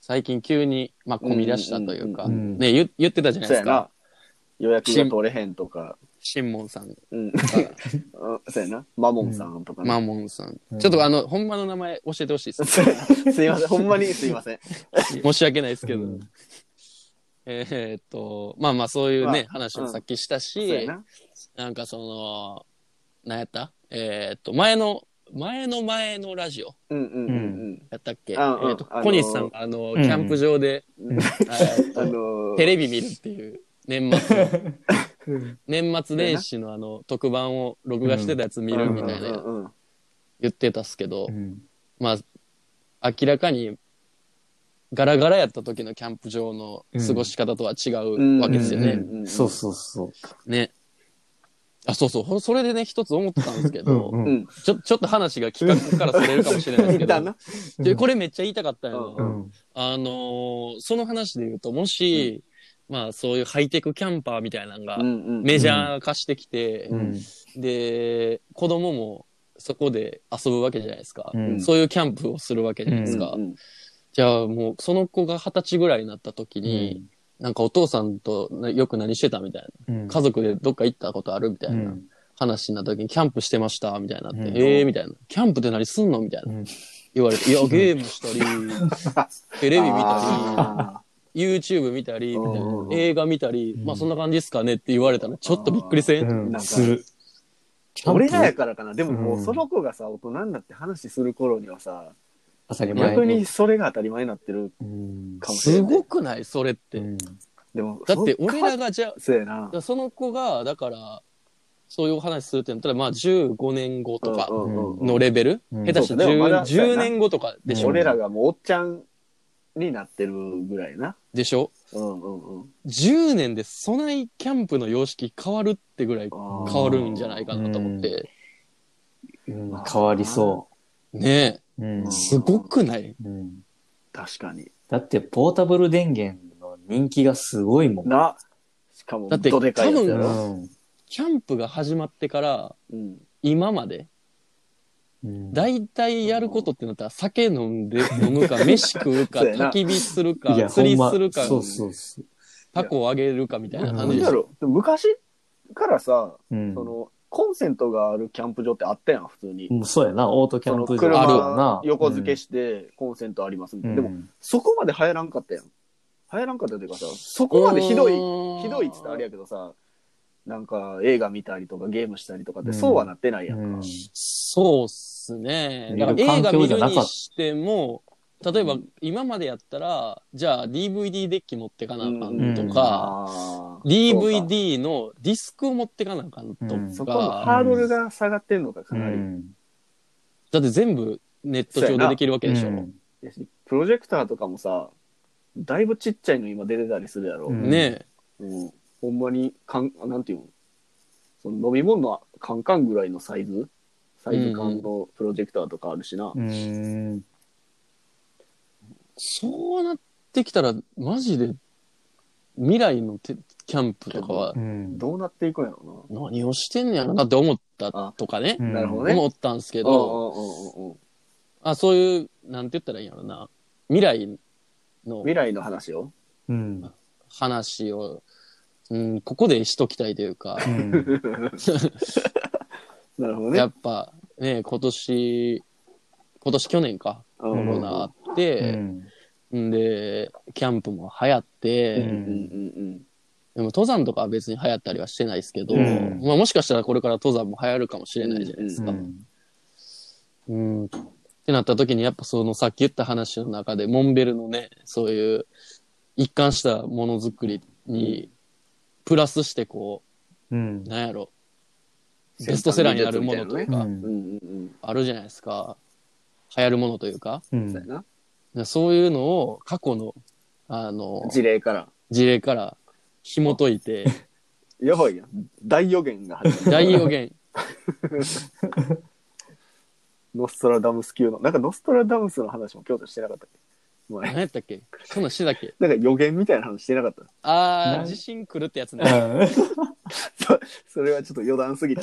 最近急に、まあ、混み出したというか、うんうんうんうんね言言ってたじゃないそうでやすかな。予約が取れへんとか、新門さんうん。うんそうやな。マモンさんとかねマモンさん、うんちょっとあのほんまの名前教えてほしいです すいません。ほんまにすいま せん。申し訳ないですけど、うんえーっとまあまあそういうね、まあ話もさっきしたそうし、やな。なんかそのなんやったえーっと前の前の前のラジオうんうんうんやったっけ、あうんえっとあの小西さんがあの、うんキャンプ場で、うんああののーテレビ見るっていう年末のうん年末年始のあの特番を録画してたやつ見るみたいなうんうんうん言ってたっすけど、うんまあ明らかにガラガラやった時のキャンプ場の過ごし方とは違うわけですよね。うんうんそうそうそう。ね。あ、そうそうほ。それでね、一つ思ったんですけど、うんううんんちょ、ちょっと話が企画からそれるかもしれないです けだどな、でこれめっちゃ言いたかったんやなうんうんあのーその話で言うと、もし、まあそういうハイテクキャンパーみたいなのがうんうんメジャー化してきて、うんで、子供もそこで遊ぶわけじゃないですか。うんそういうキャンプをするわけじゃないですか。うんうんじゃあもうその子が二十歳ぐらいになった時に、なんかお父さんとなよく何してたみたいうんな。家族でどっか行ったことあるみたいなうん話になった時にキャンプしてましたみたいになって、うんええみたいな。キャンプって何すんのみたいな。うん言われて、いや、ゲームしたり、 テレビ見たあり、YouTube 見たり、みたいうんな映画見たり、うんまあそんな感じですかねって言われたら、ちょっとびっくりせん、うんなんかする。ー俺らやからかなでももううんその子がさ大人になって話する頃にはさ当たり前。逆にそれが当たり前になってるうん。かもしれすないごくないそれって。うんでもだってそ俺らがじゃあそうやなその子が、だから、そういうお話するってなったら、まあ15年後とかうんうんうんのレベル、うん下手したらそうでもま 10, だそうやな年後とかでしょ、俺らがもうおっちゃんになってるぐらいなでしょうんうんうん ?10 年でそないキャンプの様式変わるってぐらいあー変わるんじゃないかなと思って。うん変わりそねう。うんえ、すごくないうん確かにだって、ポータブル電源の人気がすごいもん。なしかもだってどでかいやつうやろんキャンプが始まってからうん今まで、うん大体やることってなったら酒飲んで、飲 むか、飯食うか、そうやな焚き火するいか、や釣りほんまするか、そうそうそう。タコをあげるかみたいなな感んじでだしょ。ろうでも昔からさうんそのコンセントがあるキャンプ場ってあったやん普通にもうそうやな、オートキャそンのプ場あるわ車な。横付けしてコンセントありますみたいなでもそこまで流行らんかったやん。流行らんかったというかさ、そこまでひどい、ひどいっつったらあれやけどさ、なんか映画見たりとかゲームしたりとかってそうはなってないやんか。うんそうっすね。だから見る映環画境見じゃるなかったにしても、例えばうん今までやったら、じゃあ DVD デッキ持ってかなあかうんんとか、あーそうか DVD のディスクを持ってかなあかんうんそとこのか、ハードルが下がってんのか、かなり、だって全部ネット上でできるわけでしょ。やしプロジェクターとかもさ、だいぶちっちゃいの今出てたりするやろ。ううんんねほんまにかん、なんていうのその飲み物のカンカンぐらいのサイズサイズ感のプロジェクターとかあるしな。うん。そうなってきたら、マジで未来のてキャンプとかはうんどうなっていくんやろ何をしてんねやろなって思ったとかね、うなるほどね思ったんですけうな。ど、うんうんうんうんあ、そういう、なんて言ったらいいんやろな。未来の未来の話をうん。話を、うん、ここでしときたいというか、うんなるほどね。やっぱね、今年、今年去年か、ココロナあって、ん、で、キャンプも流行って、うんうんうんでも登山とかは別に流行ったりはしてないですけど、うんまあもしかしたらこれから登山も流行るかもしれないじゃないですか。うんってなった時にやっぱそのさっき言った話の中でモンベルのねそういう一貫したものづくりにプラスしてこうんうなんやろベストセラーになるものというか、うんうんうんあるじゃないですか流行るものというかうんそうやなそういうのを過去のあの事例から事例から紐解いてやばいやん大予言が始まる大予言ノストラダムス級のなんかノストラダムスの話も京都してなかったっけ前何やったっけそんなんしてたっけなんか予言みたいな話してなかったあなあん地震来るってやつねうそそれはちょっと余談すぎて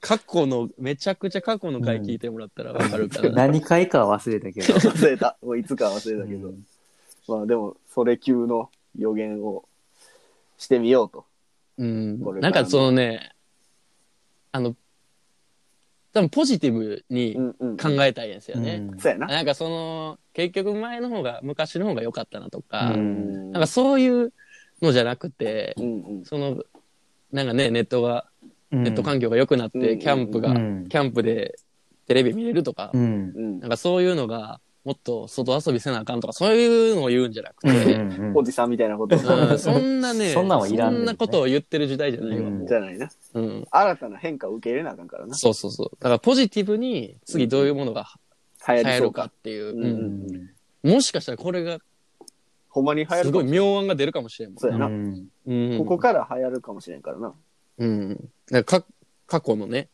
過去のめちゃくちゃ過去の回聞いてもらったらわかるか んら、何回かは忘れたけど。忘れたも ういつか忘れたけど、まあでもそれ級の予言をしてみようとうんこれかならんかそのね、あの、多分ポジティブにうんうん考えたいんですよね。そうやななんかその、結局前の方が、昔の方が良かったなとか、うなんかそういうのじゃなくてう、んうんその、なんかね、ネットがネット環境が良くなっうて、んキャンプが、うんキャンプでテレビ見れるとか、うん。うんなんかそういうのが、もっと外遊びせなあかんとか、そういうのを言うんじゃなくうん て、うんおじさんみたいなことうんじ そんなね、そんなんはいらんねんそんなことを言ってる時代じゃないわ、うんもゃないな。う。うん。新たな変化を受け入れなあかんからな。そうそうそう。だからポジティブに次どういうものが流流行り行そるうかか。っていうう。んうんもしかしたらこれがほんまに流行するごかいも妙案が出るかもしれんもそうやな。うんん。うん、ここから流行るかもしれんからな。うん。だからか過去のね、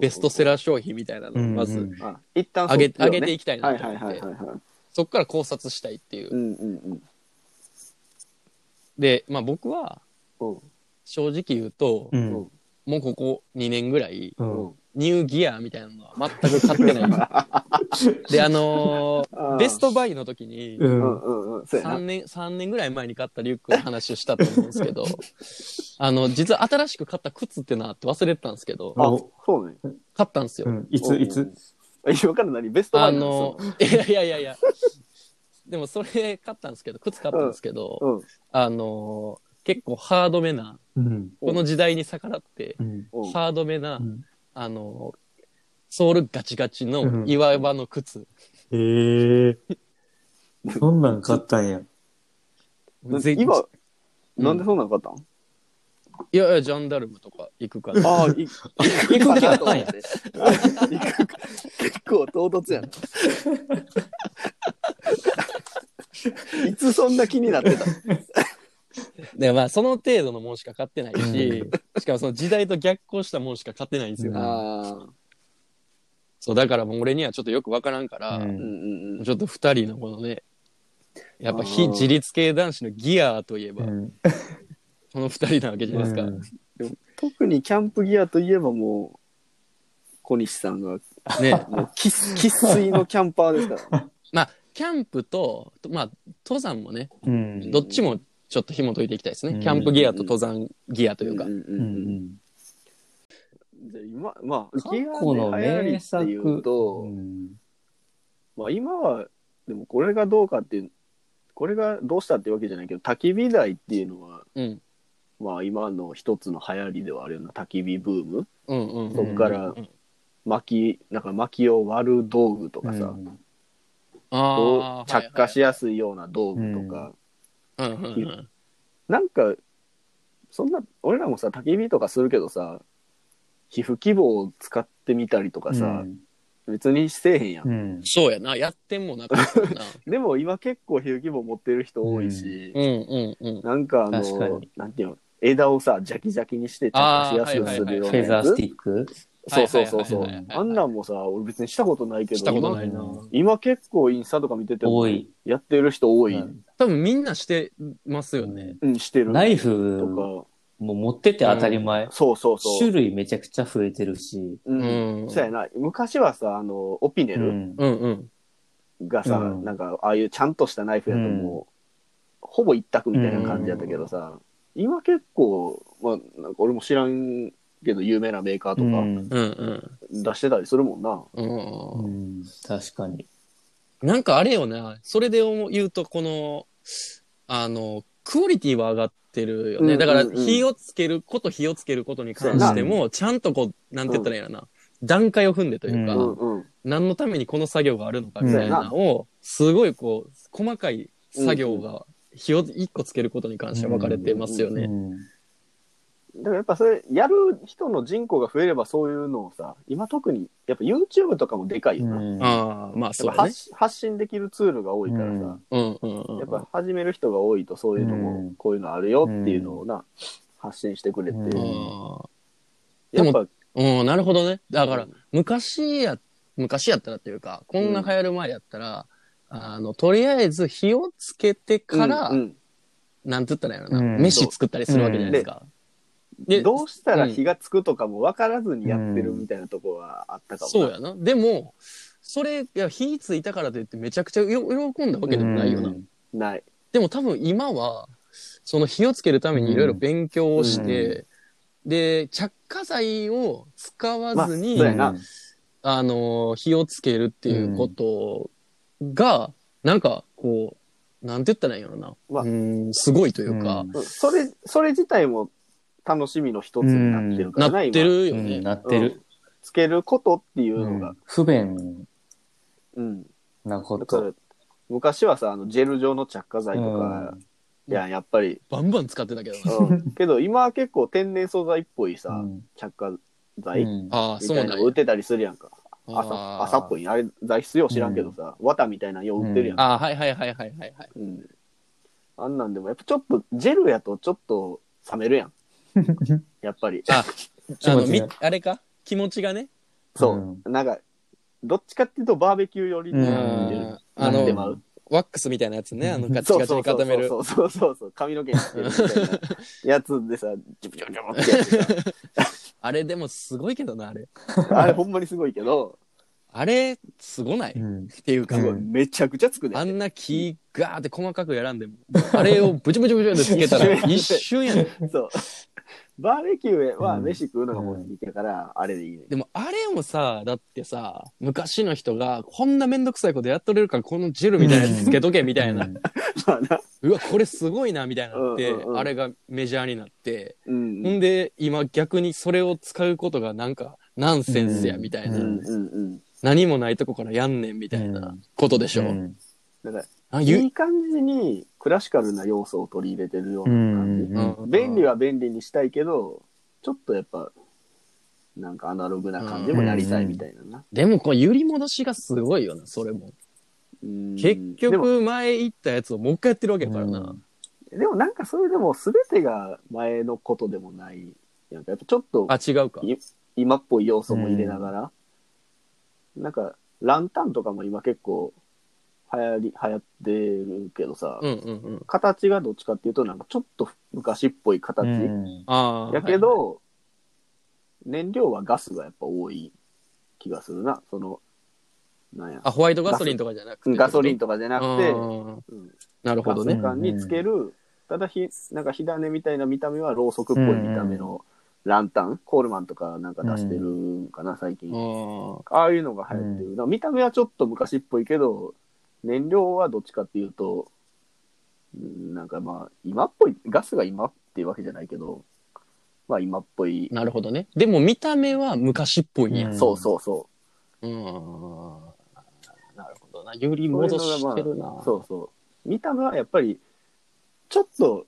ベストセラー商品みたいなのをまずー。あ一旦上げ,、そっちをね上げていきたいはないとはい思って、はいはいはい。そこから考察したいっていうう。んうんうんで、まあ僕はうん。正直言うと、うんうんもうここ2年ぐらい、ううんんニューギアみたいなのは全く買ってないんですよで、あのーあーベストバイの時に、ううんんうんうん。そうや3な。年、三年ぐらい前に買ったリュックの話をしたと思うんです けど、あの、実は新しく買った靴ってなって忘れてたんですけど、あ、そうね。買ったんですよ。うんいついつえ今から何ベストバあイなんですの、いやいやいやいや、でもそれ買ったんですけど、靴買ったんですけど、うん。あの、結構ハードめな、うんこの時代に逆らって、うんうんハードめな、うんあの、ソールガチガチうのん岩場の靴、へえそんなん買ったんやなんぜで今、うんなんでそんなの買ったんいやいや、ジャンダルムとか行くから。ああ、い 行く気だったんや。行く結構唐突やな。いつそんな気になってたでまあ、その程度のもんしか買ってないし、しかもその時代と逆行したもんしか買ってないんですよ。うんああ、そう、だからもう俺にはちょっとよくわからんから、ううんんうんうん。ちょっと二人のこのね、やっぱあ非ー自立系男子のギアといえば、うんこの二人なわけじゃないですか。うん特にキャンプギアといえばもう、小西さんが、ね。もう生 生粋のキャンパーですからね。まあ、キャンプと、とまあ、登山もね、うんどっちもちょっと紐解いていきたいですね。うんキャンプギアと登山ギアというか。んうんんううんうんんじゃあ今、まあ、過ギ去のアで流行りっていうと、うんまあ今は、でもこれがどうかっていう、これがどうしたっていうわけじゃないけど、焚き火台っていうのは、うん。まあ今の一つの流行りではあるような焚き火ブーム。うんうんうん。そっから薪、なんか薪を割る道具とかさ、あどあ。う着火しやすいような道具とか、はいはいはい。うんうんうん。なんか、そんな、俺らもさ、焚き火とかするけどさ、皮膚規模を使ってみたりとかさ、別にせえへんやんう。んそうやな。やってんもなかった な。でも今結構皮膚規模持ってる人多いし、うんうんうん。なんかあ確かのに、なんていうの、枝をさ、ジャキジャキにして着火しやすくするよフうなェザやースつテ。ィックそうそうそうそはういはいはい。はいあんなんもさ、俺別にしたことないけど、したことないな。今今結構インスタとか見てても多、いやってる人多い。うん多分みんなしてますよね。うん、してる。ナイとフか、も持ってて当たり前そうそうそう。種類めちゃくちゃ増えてるしう。うんん。そうやな。昔はさ、あの、オピネうルんうんうん。がさ、うんなんか、ああいうちゃんとしたナイフやともう、ほぼ一択みたいな感じやったけどさ、今結構、まあ、なんか俺も知らんけど、有名なメーカーとかうんうん出してたりするもんな。うん。うん確かになんかあれよな、それで思う言うと、この、あの、クオリティは上がってるよね。うんだから、うんうん火をつけること、火をつけることに関してそうも、ちゃんとこう、なんて言ったらいいのかな、段階を踏んでというか、うんうん。何のためにこの作業があるのかみたいなのを、すごいこう、細かい作業が、火を一個つけることに関しては分かれてますようね。んだからやっぱそれ、やる人の人口が増えればそういうのをさ、今特に、やっぱ YouTube とかもでかいよな。やっうんああ、まあそうぱだね発。し発信できるツールが多いからさ、うんうんうん。やっぱ始める人が多いとそういうのも、うんこういうのあるよっていうのをな、発信してくれて、うんあやっぱ、あ、うん、なるほどね。だから、昔や、昔やったらっていうか、こんな流行る前やったら、あの、とりあえず火をつけてから、うんうんなんて言ったらやろな、うん飯作ったりするわけじゃないですか。で、どうしたら火がつくとかも分からずにやってるみたいなとこはあったかもな、そうやな。でも、それ、いや火ついたからといってめちゃくちゃよ喜んだわけでもないよな。うんない。でも多分今は、その火をつけるためにいろいろ勉強をして、で、着火剤を使わずまあに、そうやなあの、火をつけるっていうことが、なんか、こう、なんて言ったらいいんやろな。まあうーん、すごいというか、うんそれ、それ自体も楽しみの一つになってるからなってるようねん、。なっ今てうるん。つけることっていううのんが、不便うん、なこだかと。ら昔はさあのジェル状の着火剤とか、やんやっぱり、バンバン使ってたけどな。うん、けど今は結構天然素材っぽいさ、うん着火う剤みんああ、たそいうななんの売やっ。てたりするやんか朝あ朝っぽいあれ材質よう知らんけどさ、綿みたいなのよう売ってるやんか、ああ、はいはいはいはいはいはい。うんあんなんでもやっぱちょっとジェルやとちょっと冷めるやんやっぱりあ気あ持の、ちみが、あれか気持ちがね。そう、なんかどっちかっていうとバーベキューよりにううんん。あなっての、まうワックスみたいなやつね。あの、ガチそうガチそうにそう固めるそ。うそうそうそう髪の毛にしてるみたいなやつでさジュブジュブジュブってやつあれでもすごいけどな、あれ。あれほんまにすごいけど、あれ、すごないっうんていうかす、ごいめちゃくちゃつくで。あんな木ガーって細かく選んでも、あれをブチブチブチってつけたら一瞬やねん。そう。バーベキューはうん飯食うのがもう好きだから、あれでいいね。でもあれもさ、だってさ、昔の人がこんなめんどくさいことやっとれるからこのジェルみたいなやつつけとけみたいな。まあな。うわ、これすごいなみたいなのって、うんうんうんあれがメジャーになって、うほん。んで今逆にそれを使うことがなんかナンセンスやみたいな、ううんんうんうん。何もないとこからやんねんみたいなことでしうょ。んだから、あいゆい感じにクラシカルな要素を取り入れてるような感じ。うんうん便利は便利にしたいけど、ちょっとやっぱ、なんかアナログな感じもやりたいみたいなな。でもこう揺り戻しがすごいよな、それも。うん結、でも局前行ったやつをもう一回やってるわけやからな。でもなんかそれでも全てが前のことでもない。なんかやっぱちょっとあ、違うか。い今っぽい要素も入れながら、なんかランタンとかも今結構流行り流行ってるけどさ、うんうんうん。形がどっちかっていうとなんかちょっと昔っぽい形、うんああ。やけど、燃料はガスがやっぱ多い気がするなそのなんやあ、ホワイトガソリンとかじゃなくて。ガソリンととかじゃかなくて、うんなるほガスどね。管につけるただひなんか火種みたいな見た目はろうそくっぽい見た目のランタン、コールマンとかなんか出してるんかな最近、あああいうのが流行ってる。うんだから見た目はちょっと昔っぽいけど、燃料はどっちかっていうと、うんなんかまあ、今っぽい、ガスが今っていうわけじゃないけど、まあ今っぽいあ。。なるほどね。でも見た目は昔っぽいんうや。んそうそうそうん。なるほどな。揺り戻してるなう。。そうそう。見た目はやっぱり、ちょっと、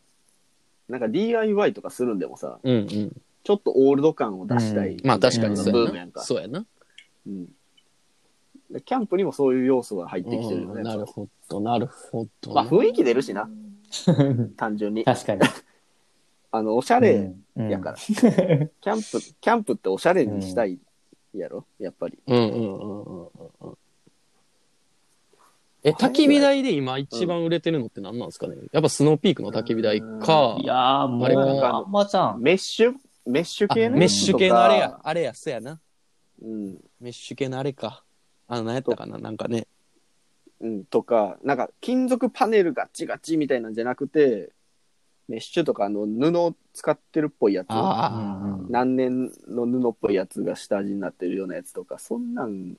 なんか DIY とかするんでもさ、うんうん。ちょっとオールド感を出したい。うんまあ確かにそそブうームややんな。か。そうやな。うんでキャンプにもそういう要素が入ってきてるようね。んなるほど、なるほどまな。あ雰囲気出るしな、単純に。確かに。あの、おしゃあれやからら。キャンプ、キャンプっておしゃれにしたいやろやっぱり。うんうんうんうんうんうん。え、焚き火台で今一番売れてるのって何なんですかねやっぱスノーピークの焚き火台か。いやー、もあれう、かあんまちゃん。メッシュ、メッシュあ系のメッやつシとュか系のあれや。。あれや、そうやな。うん。メッシュ系のあれか。あの、何やったかななんかね。うん。とか、なんか金属パネルガチガチみたいなんじゃなくて、メッシュとかあの布を使ってるっぽいやつ。あうん何年の布っぽいやつが下地になってるようなやつとか、そんなん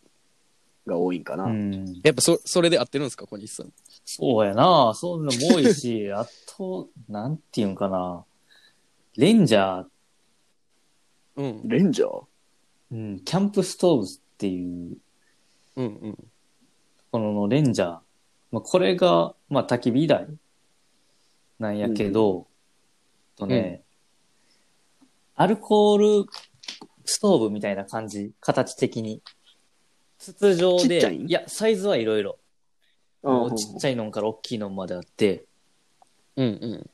が多いんかな。うんやっぱそ、それで合ってるんですか小西さん。そうやな。そういうのも多いし、 あと、なんていうんかな。レンジャー、うん。レンジャーうん、キャンプストーブっていう、うんうん。このレンジャー。まあ、これが、まあ、焚き火台なんやけど、とね、アルコールストーブみたいな感じ、形的に。筒状ちっで、ちゃいんや、サイズはいろいろ。もうちっちゃい。ゃいのから大きいのまであって、うんうん。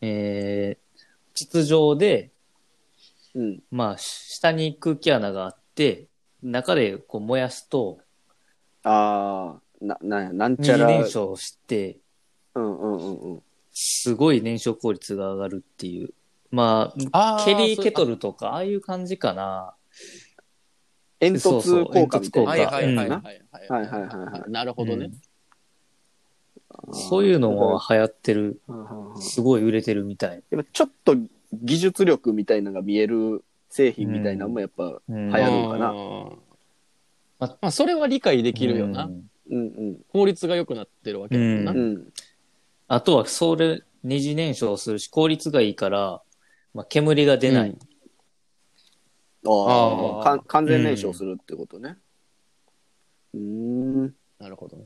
えー、筒状で、うん。まあ、し下に空気穴があって、中でこう燃やすと、ああ、な、なんや、なん二ちゃ次ら。燃焼して、うんうんうんうん。すごい燃焼効率が上がるっていう。まああ、ケリーケトルとか、ああいう感じかな。煙突効果みたいな。とかはいはいはいうんはいはい。はいはいはいはなるほどね。そういうのも流行ってる。ですごい売れてるみたい。もちょっと技術力みたいなのが見える製品みたいなのもやっぱ、うんうん流行るのかなな。まあ、それは理解できるよな。うん効率が良くなってるわけだもんな。うん。あとは、それ、二次燃焼するし、効率がいいから、まあ、煙が出ない。うんあああーかん、完全燃焼するってことね。うーん。なるほどね。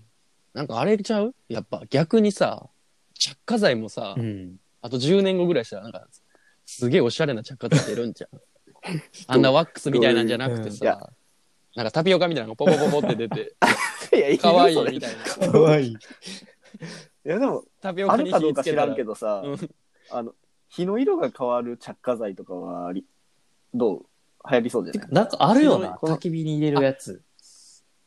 なんかあれちゃうやっぱ逆にさ、着火剤もさ、うんあと10年後ぐらいしたらなんか、すげえおしゃれな着火剤出るんじ ゃん。あんなワックスみたいなんじゃなくてうんいやさ、なんかタピオカみたいなのがポポポポって出て、いや、いいよかわいいそれみたいな。かわいい。いや、でも、タピオあカるにかど火うかつ知けらたんらけ。どさ、うんあの、火の色が変わる着火剤とかはあり、どう流行りそうじゃないなんかあるよ白ないこの焚き火に入れるやつ。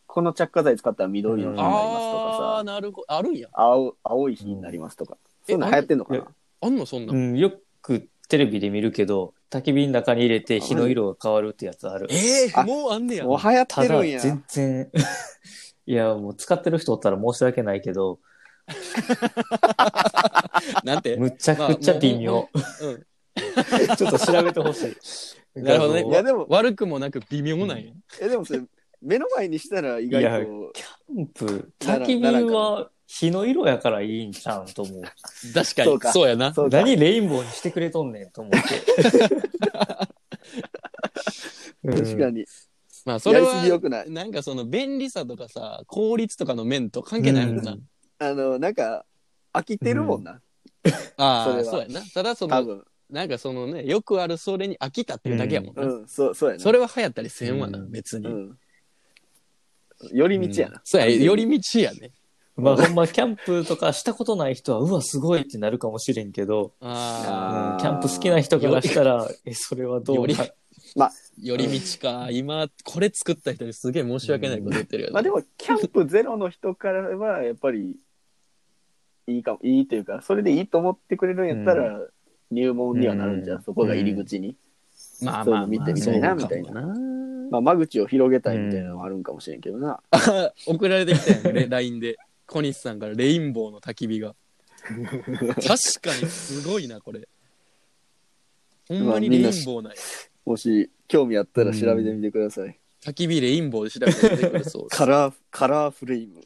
この着火剤使ったら緑色になりますとかあさあ、、なるほど。あるんや。青青い火になりますとか、そういうの流行ってんのかなあんのそんな。うんん、よくテレビで見るけど、焚き火の中に入れて火の色が変わるってやつある。ええあもうあんねや。もう流行ったてるだ、んや。全然、 いや、もう使ってる人おったら申し訳ないけど、なんて。むちゃくちゃ微妙。うん。ちょっと調べてほし い。なるほどねいや、でも、悪くもなく微妙なんや。えでもそれ、目の前にしたら意外いやと、キャンプ、な焚らき火ならんかなは火の色やからいいんちゃうんと思う。確かそうにか。そうやな。そうか、何レインボーにしてくれとんねんと思って。 確かに。まあそやれりすぎよは、くない。なんかその便利さとかさ、効率とかの面と関係ないもんな。うんあの、なんか、飽きてるもんな、そあれはあ、そうやな。ただそ多の、分。なんかそのね、よくあるそれに飽きたっていうだけやもんな。うん、そう、そうやな。それは流行ったりせんわな、うん別に。うん。寄り道やな。そうや、寄り道やね。まあほんまキャンプとかしたことない人は、うわ、すごいってなるかもしれんけど、あああ、ーうんキャンプ好きな人からしたら、え、それはどうなよ寄り道か。今、これ作った人にすげえ申し訳ないこと言ってるよね。まあでも、キャンプゼロの人からは、やっぱり、いいかも、いいというか、それでいいと思ってくれるんやったら、入門にはなるんじゃん、うんそこが入り口に。まあそういうまのあ、見てみたいなそうかもみたいまあ、間口を広げたいみたいなのうはあるんかもしれんけどな。あ送られてきたやん、ね、LINE で。小西さんからレインボーの焚き火が。確かにすごいな、これ。ほんまにレインボーない。もし、興味あったら調べてみてください。焚き火レインボーで調べて出てくるそうですカラー、カラーフレーム。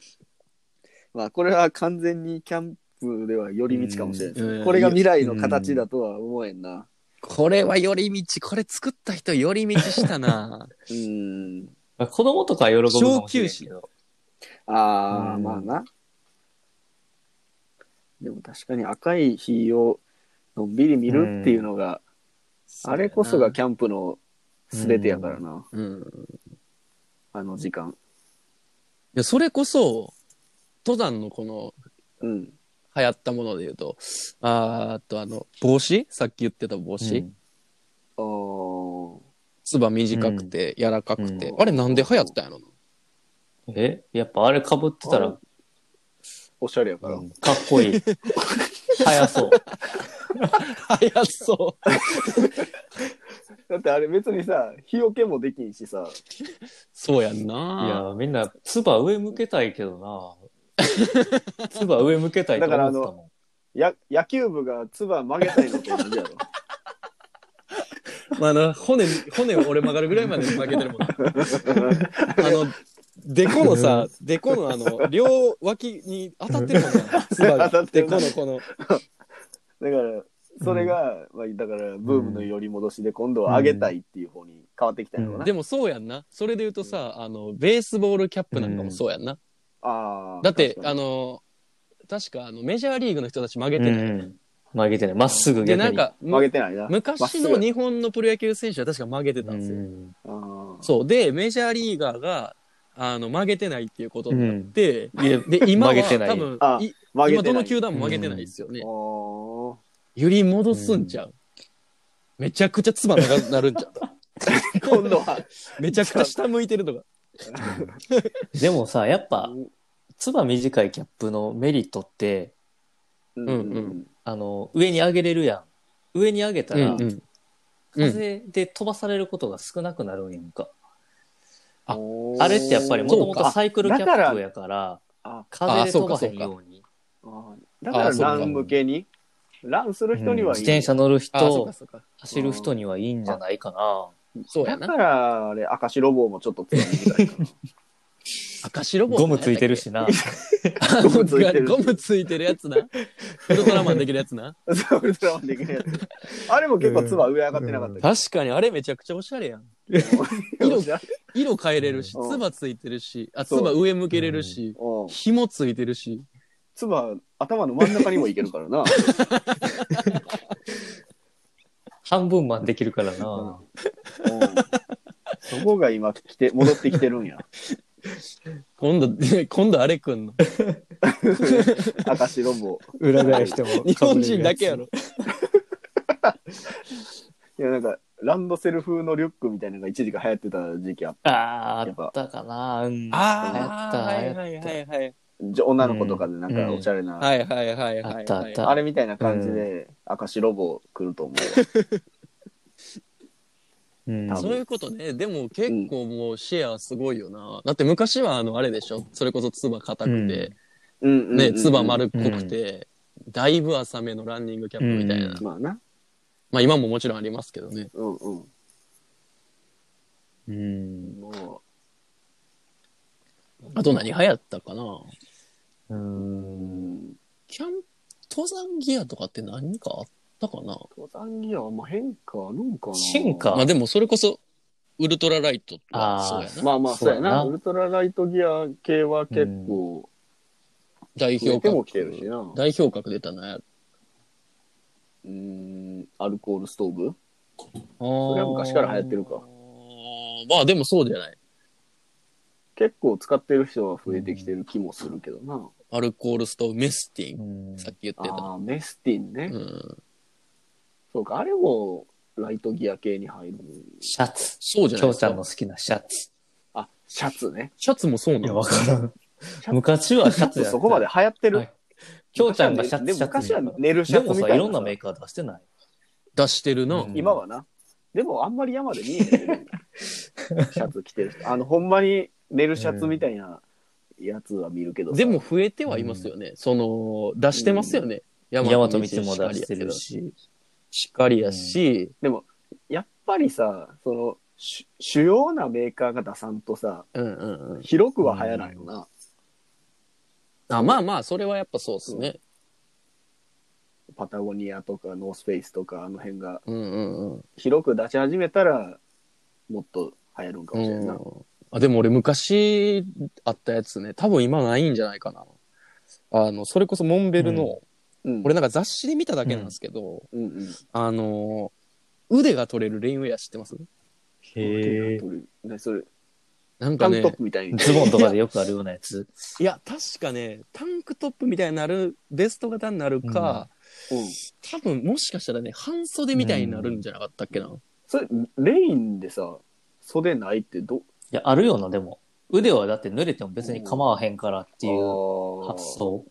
まあ、これは完全にキャンプでは寄り道かもしれないですねうんこれが未来の形だとは思えんな。これは寄り道、これ作った人寄り道した な。うん。子供とかは喜ぶかもしれんけど。ああ、うんまあな。でも確かに赤い火をのんびり見るっていうのが、あれこそがキャンプの全てやからな、うん。あの時間。いや、それこそ、登山のこのうん。流行ったもので言うと、あーあとあの、帽子さっき言ってた帽子。あーつば短くて、柔らかくて、うんあれなんで流行ったんやろな。えやっぱあれ被ってたら、かおしゃれやから。っ こいい。早そう。流行そう。だってあれ別にさ、日よけもできんしさ、そうやんいな。や、みんな、つば上向けたいけ どな。つば上向けたいと思っただからあもん。や野球部がつば曲げたいのと同 じやろ。まあ、あの骨、骨俺曲がるぐらいまで曲げてる もん。あの、デコのさ、デコのあの、両脇に当たってるもんな。つば 当たがっ。てデるなコのこの。だから、それが、まあ、だから、ブームの寄り戻しで、今度は上げたいっていう方に変わってきたのかな。でもそうやんな。それで言うとさ、あの、ベースボールキャップなんかもそうやんな。ああ。だって確、かあに、の、確かあの、メジャーリーグの人たち曲げうてない。ん。曲げてない。まっすぐ逆で、に。なんか、曲げてないな。まっ昔すぐの日本のプロ野球選手は確か曲げてたんですよ。うんあーそう。で、メジャーリーガーが、あの、曲げてないっていうことになって、いや で、今は曲げてない多分あい曲げ今てなどのい。球団も曲げてないですよね。あより戻すんちゃう。めちゃくちゃつば長くなるんちゃ あ。今度は。う。めちゃくちゃ下向いてるとか。でもさ、やっぱ、つば短いキャップのメリットって、うんうんうんあの、上に上げれるやん。上に上げたら、ん。うん風で飛ばされることが少なくなるんやんか。あおーあれってやっぱりもとそもうとかサイクルキャップやから、あ風あでそう飛かばへんように。あだかあら、ーそうかラン向けに。ランする人にはいい。自転車乗るああ、そう人か、そうか。走る人にはいいんじゃないかな。そうやだなか。ら、あれ、赤白棒もちょっと強いみたいかな。赤白帽子ゴムついてるしな。なゴムついてる ゴムついてるやつなウルトラマンできるやつなそうウルトラマンできるやつ。あれも結構ツバ上上がってなかった確かにあれめちゃくちゃおしゃれやんけど。うん色変えれるしうんつばついてるしあそうつば上向けれるしうん紐ついてるしつば頭の真ん中にもいけるからな。半分マンできるからな。うんそこが今来て、戻ってきてるんや。今度 今度あれくんの赤白帽。裏返しても被れるや日つ。本人だけやろいや、なんか、ランドセル風のリュックみたいなのが一時期流行ってた時期あっあやっー、ぱあったかな。うん。あー流行ったはいはいはいじゃ女の子とかでなんかおしゃれな、はいはいはいはいはいあったあったあれみたいな感じで赤白帽来ると思 うん多分そういうことねでも結構もうシェアすごいよな、だって昔はあのあれでしょそれこそつば硬くて、う。うんうんうんねつば丸っこくて、だいぶ浅めのランニングキャップみたいな、うんまあな。まあ今ももちろんありますけどねうんうん。うん。もあと何流行ったかなう、うん、キャン登山ギアとかって何かあったかな登山ギアはまあ変化あるんかな。進化まあでもそれこそウルトラライトはそうやな、まあまあ、そうやな。そうやなウルトラライトギア系は結構、代増えて表格も来てるしな。代表格出たなやうん、アルコールストーブそれは昔から流行ってるかまあでもそうじゃない結構使ってる人は増えてきてる気もするけどな。アルコールストーブメスティン、うんさっき言ってたああ、メスティンね、うんそうか、あれもライトギア系に入る。シャツ。そうじゃないで翔すちかゃんの好きなシャツ。あ、シャツね。シャツもそういなや、のわからん。 昔はシャツやったそこまで流行ってる。はい翔ちゃんがシャツ、でシャツ昔はみたい寝るシな。ャでツもみたいさ、ないろんなメーカー出してない。出してるな、うん今はな。でもあんまり山で見え ない、シャツ着てる人。あの、ほんまに寝るシャツみたいなやつは見るけどさ、でも増えてはいますよね、その出してますよね、ヤヤマト道も出してるし。しかりやし、でも、やっぱりさ、その、主主要なメーカーが出さんとさ、うんうんうん、広くは流行らんよな。あまあまあそれはやっぱそうですね、パタゴニアとかノースペースとかあの辺がうんうんうん広く出し始めたらもっと流行るんかもしれんないな、あでも俺昔あったやつね多分今ないんじゃないかなあのそれこそモンベルの、うん、俺なんか雑誌で見ただけなんですけど、うんうんあの腕が取れるレインウェア知ってますへえ。ねそれなんタかンクねトップみたいに、ズボンとかでよくあるようなやつ。いや確かねタンクトップみたいになるベスト型になるか、 うん多分もしかしたらね半袖みたいになるんじゃなかったっけな、それレインでさ袖ないってどっいや、あるよな、でも。腕はだって濡れても別に構わへんからってていう発想。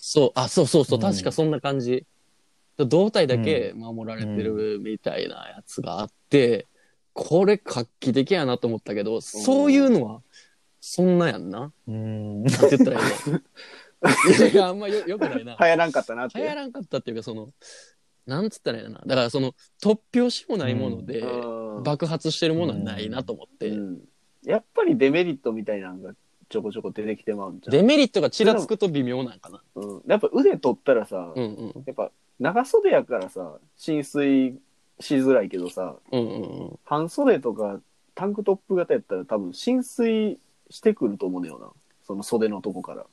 そうあそうそうそううん確かそんな感じ、胴体だけ守られてるみたいなやつがあって、これ画期的やなと思ったけどそういうのはそんなやんなうん。なんて言ったらい いのいやあんまよよくないな流行らんかったなって流行らんかったっていうかそのなんつったらいいのかなだからその突拍子もないもので、うん爆発してるものはないなと思って、うんやっぱりデメリットみたいなのがちょこちょこ出てきてまうんじゃデメリットがちらつくと微妙なんかな、ん、うん、やっぱ腕取ったらさ、うん、うんやっぱ長袖やからさ浸水しづらいけどさ、うんうんうん半袖とかタンクトップ型やったら多分浸水してくると思うのよな。その袖のとこから。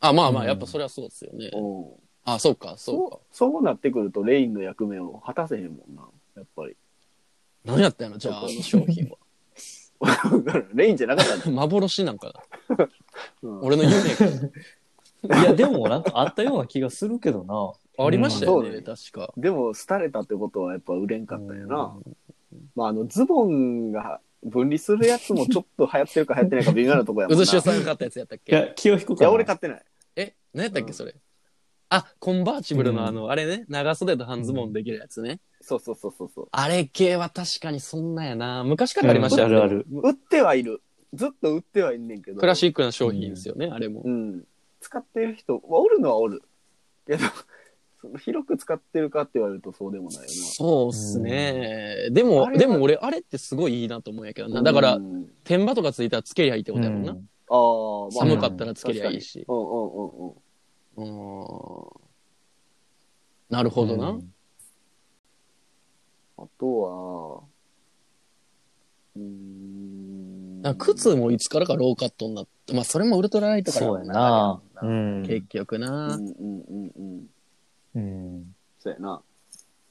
あまあまうあんやっぱそれはそうですよね、うんあそうかそうかそうそうなってくるとレインの役目を果たせへんもんな。やっぱり。 何やったんやろじゃああの商品は だからレインじゃなかったんだ。幻なんかなうん 俺の夢かいや、でもなんかあったような気がするけどな。ありましたよね、うん確かでも、廃れたってことはやっぱ売れんかったんやな。うまあ、あの、ズボンが分離するやつもちょっと流行ってるか流行ってないか微妙なとこやもんな。ずしおいさんが買ったやつやったっいやけ、気を引くから。や、俺買ってない。え何やったっけ、うんそれあコンバーチブルうのんあの、あれね長袖と半ズボンできるやつね、そうそうそうそうそう。あれ系は確かにそんなやな昔からありましたようね、んあるある。売ってはいる。ずっと売ってはいんねんけど。クラシックな商品ですよね、あれもう。ん。使ってる人、まあおるのはおる。けど、その広く使ってるかって言われるとそうでもないよそうっすね。でもあ、れはでも俺、あれってすごいいいなと思うんやけどな。な。だからう、ん天場とかついたらつけりゃいいってことやもんな。ああ、まあ、寒かったらつけりゃいいし。うんうんうんうん。うんなるほどな。あとは、うーん。なんか靴もいつからかローカットになって、まあそれもウルトラライトからそのう流やれな。やうんな。ん。結局うな。んうんうんうん。うん。そうやな。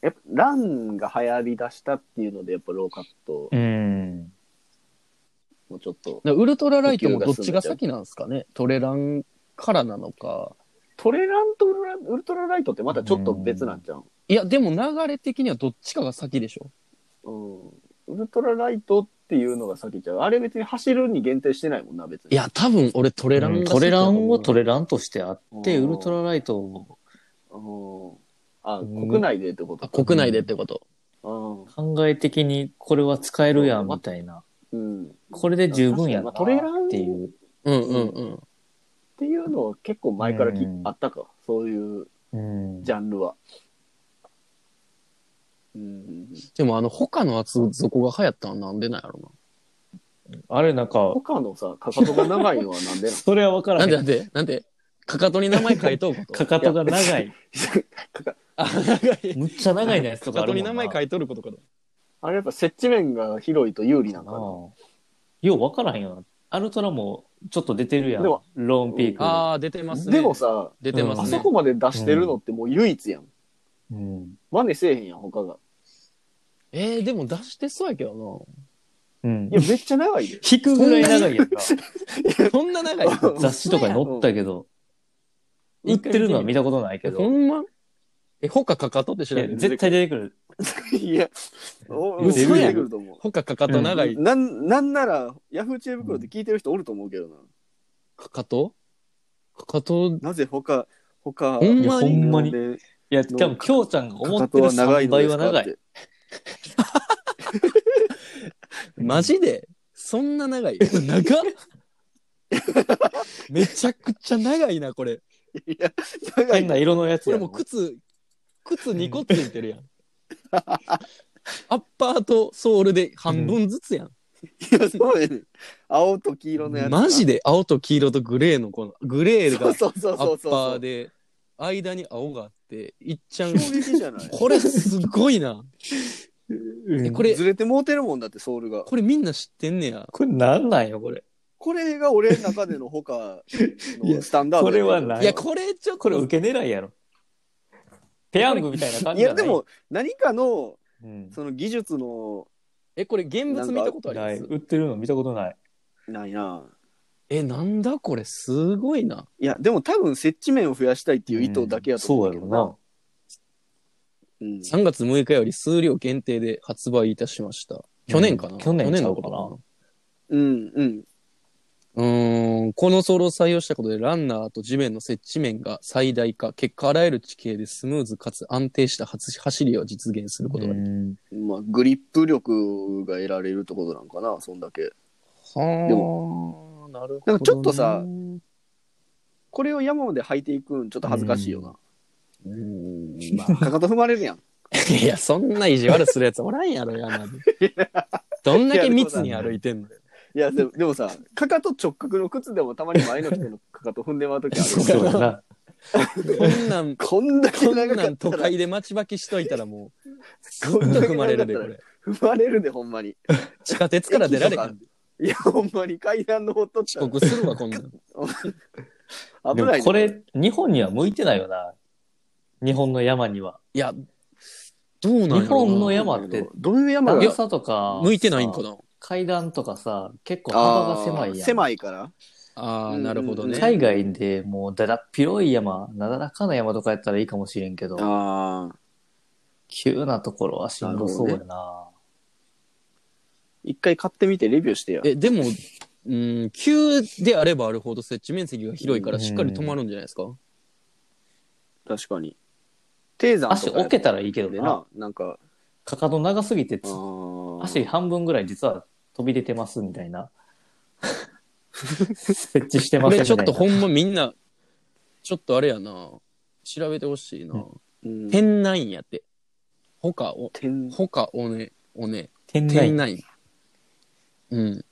やっぱ、ランが流行り出したっていうので、やっぱローカットうん。もちょっと。ウルトラライトもどっちが先なんですかねトレランからなのか。トレランとウルラウルトラライトってまたちょっと別なんじゃん。いや、でも流れ的にはどっちかが先でしょうん。ウルトラライトっていうのが先ちゃう。あれ別に走るに限定してないもんな、別に。い、や、多分俺トレランがトレランをトレレランとしてあって、うんウルトラライトをうん。あ、国内でってことか。国内でってこと。うん。考え的にこれは使えるやんみたいな。うん。これで十分やなまあトレランっていう。うんうんうん。っていうのは結構前からき、うんあったかそういううんジャンルは。うん、でもあの、他の厚底が流行ったのはなんでなんやろあれなんか、他のさかかとが長いのはなんでなそれは分かな。らなんでへなんん。でなん でかかとに名前書いとうことかかとが長い。 のかかあ、長い。むっちゃ長いなやつかとかかあとるもにんな。名前書いとることかと。あれやっぱ接地面が広いと有利なあんかな。あよう分からへんよな。アルトラもちょっと出てるやん。でもローンピーク。ああ、出てますね。でも、さ、出てまあすそねこ。まで出してるのってもう唯一やん。うん。真似せえへんやん、他が。えー、でも出してそうやけどうんいや、めっちゃ長いで。引くぐらい長いやんか。な。そんな長い 雑誌とかに載ったけど、売ってるのは見たことないけえ、ど、ほんまえ、他かかとって知いらやない絶対出てくる。 いや、お嘘やん出てくると思う。他かかと長い。なんなんなら、ヤフー知恵袋って聞いてる人おると思うけどな。かかとかかと、なぜ他、他、ほんまいやほにんまにでいや、多分、きょうちゃんが思ってる3倍は長い。マジでそんな長い 長っめちゃくちゃ長いな、これ。いや、長い変な色のやつこれやももう靴、靴2個ついてる やん。アッパーとソールで半分ずつやん。いや、そうやねん青と黄色のやつ。マジでで青と黄色とグレーのこの、グレーそがうそうそうアそうッそう。パーで、間に青があって、いっちゃう。衝撃じゃない。これすごいな。えこれず、れてもうてるもんだって、ソールが。これみんな知ってんねや。これなんなんよ、これ。これが俺の中での他いのやスタンダードこれやはけどないいや、これちょっこれと、受け狙いやろ。ペヤングみたいな感いじじゃや、なでい、も、何かの、うんその技術の、え、これ現物見たことありなまい。す売ってるの見たことない。ないな。え、なんだこれ、すごいな。いや、でも多分、接地面を増やしたいっていう意図だけやと思そううんだけやろどうな。な。うん3月6日より数量限定で発売いたしました。去年かな、うん去年ちゃのうこかなとかなうん、うん。うーん、このソールを採用したことで、ランナーと地面の接地面が最大化、結果あらゆる地形でスムーズかつ安定した発走りを実現することができうんまあ、グリップ力が得られるってことなんかな、そんだけ。た。はあ、でもなるほどね、なんかちょっとさこれを山まで履いていくん、ちょっと恥ずかしいよな。うん、まあ、かかと 踏まれるやん。いや、そんな意地悪するやつおらんやろ、山で。 どんだけ密に歩いてんのいやでもでもさかかと直角の靴でもたまに前の人のかかと踏んでまう 時ある そうやな。こんなん、こんだけ こん長なかっんた都ら会で待ちばきしといたらもう、ずっことんだけ踏まれるで、こ長れ。踏まれるでほんまに地下鉄から出られへ駅ん。といやほんまに階段登っとっ遅た刻するわ、こんなん。らで危もないでこれ、日本には向いてないよな。日本の山には。いや、どうなんやろうな日本の山ってどういう山が段差とか、向いてないんかさな階段とかさ、結構幅あがー狭いやん。狭いからああ、うんなるほどね。海外でもうだらっ広い山、なだらかな山とかやったらいいかもしれんけど、ああ急なところはしんどそうやな。一回買ってみてレビューしてやえ、でも、うん、急であればあるほど設置面積が広いからしっかり止まるんじゃないですか、確かに低山足とかや置けたらいいけどでな。ななんかかかと長すぎてつあ、ー足半分ぐらい実は飛び出てますみたいな。 設置してこますれみちたょいっなと。ほんまみんな、ちょっとあれやな。調べてほしいな。うん天内やって。ほかお、天ほかおね、おね、店天内。内。うん。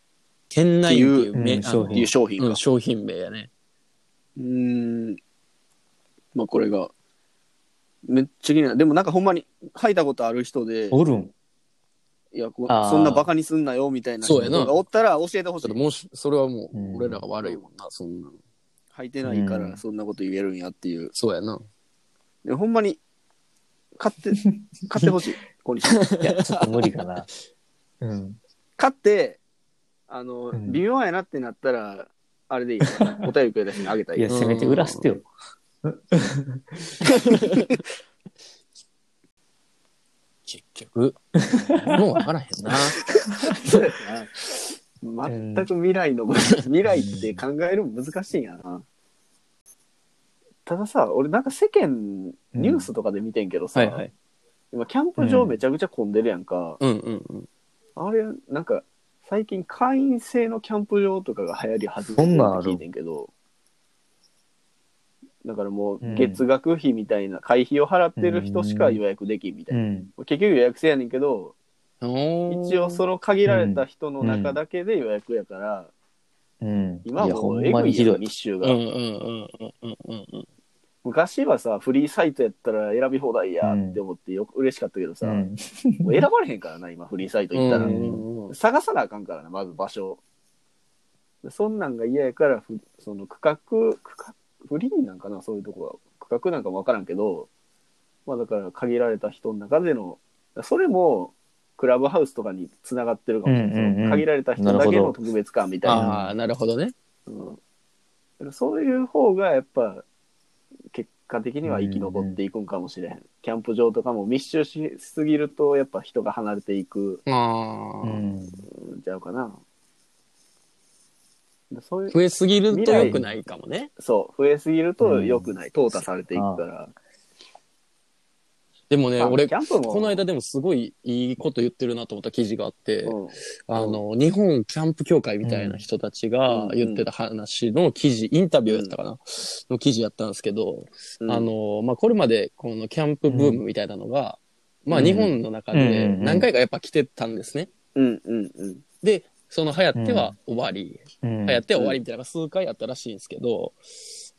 天内っていうっていうめうんあ商のって品いう商品うかん、。商品名やね。うーん。まあこれが、めっちゃ気になる。でもなんかほんまに書いたことある人で、おるん。いやこあーそんなバカにすんなよみたいな人そうやながおったら教えてほしちょっとい。もうし、それはもうんう、俺らが悪いもんな、そんなの。履いてないかうらんそんなこと言えるんやっていう。そうやな。でほんまに、買って、買ってほしい。ここにいや、ちょっと無理かな。うん。買って、あの、うん微妙やなってなったら、あれでいいかな。お便りくれた人にあげたいいや、。せめて裏捨てよ。結局。 もうわからへ んな。そうやな全く未来の、未来って考えるの難しいんやな。たださ、俺なんか世間、ニュースとかで見てんけどさ、はいはい。今キャンプ場めちゃくちゃ混んでるやんか。うんうんうん。あれ、なんか、最近会員制のキャンプ場とかが流行り始めてるって聞いてんけど、だからもううん月額費みたいな、会費を払ってる人しか予約できんみたいうな。ん。結局予約制やねんけど、おー一応その限られた人の中だけで予約やから、うん。今はもういやほエんまグにいひどよ、い密集うが、んうんうんうんうんうんうん。昔はさ、フリーサイトやったら選び放題やって思ってよ、嬉しかったけどさ、うん。もう選ばれへんからな、今、フリーサイト行ったら。うん探さなあかんからな、まず場所。そんなんが嫌やから、ふその区画、区画、フリーなんかな、そういうとこは。区画なんかもわからんけど、まあだから限られた人の中での、それも、クラブハウスとかに繋がってるかもしれない。うんうんうんその限られた人だなけるほどの特別感みたいな。ああ、なるほどね。うん、そういう方がやっぱ結果的には生き残っていくんかもしれへん、キャンプ場とかも密集しすぎるとやっぱ人が離れていくあうあ。ん。んちゃうかなそういう増えすぎると良くないかもね。そう増えすぎると良くない、淘汰されていくから、でもね、あ俺、キャこンプもの間でもすごいいいこと言ってるなと思った記事があって、うんあの、日本キャンプ協会みたいな人たちがうん言ってた話の記事、インタビューやったかな、の記事やったんですけど、うんあの、まあ、これまでこのキャンプブームみたいなのが、まあ、うん日本の中でうん何回かやっぱ来てたんですね。うんうんうんで、その流行っては終わり、うん。流行っては終わりみたいなのが数回あったらしいんですけど、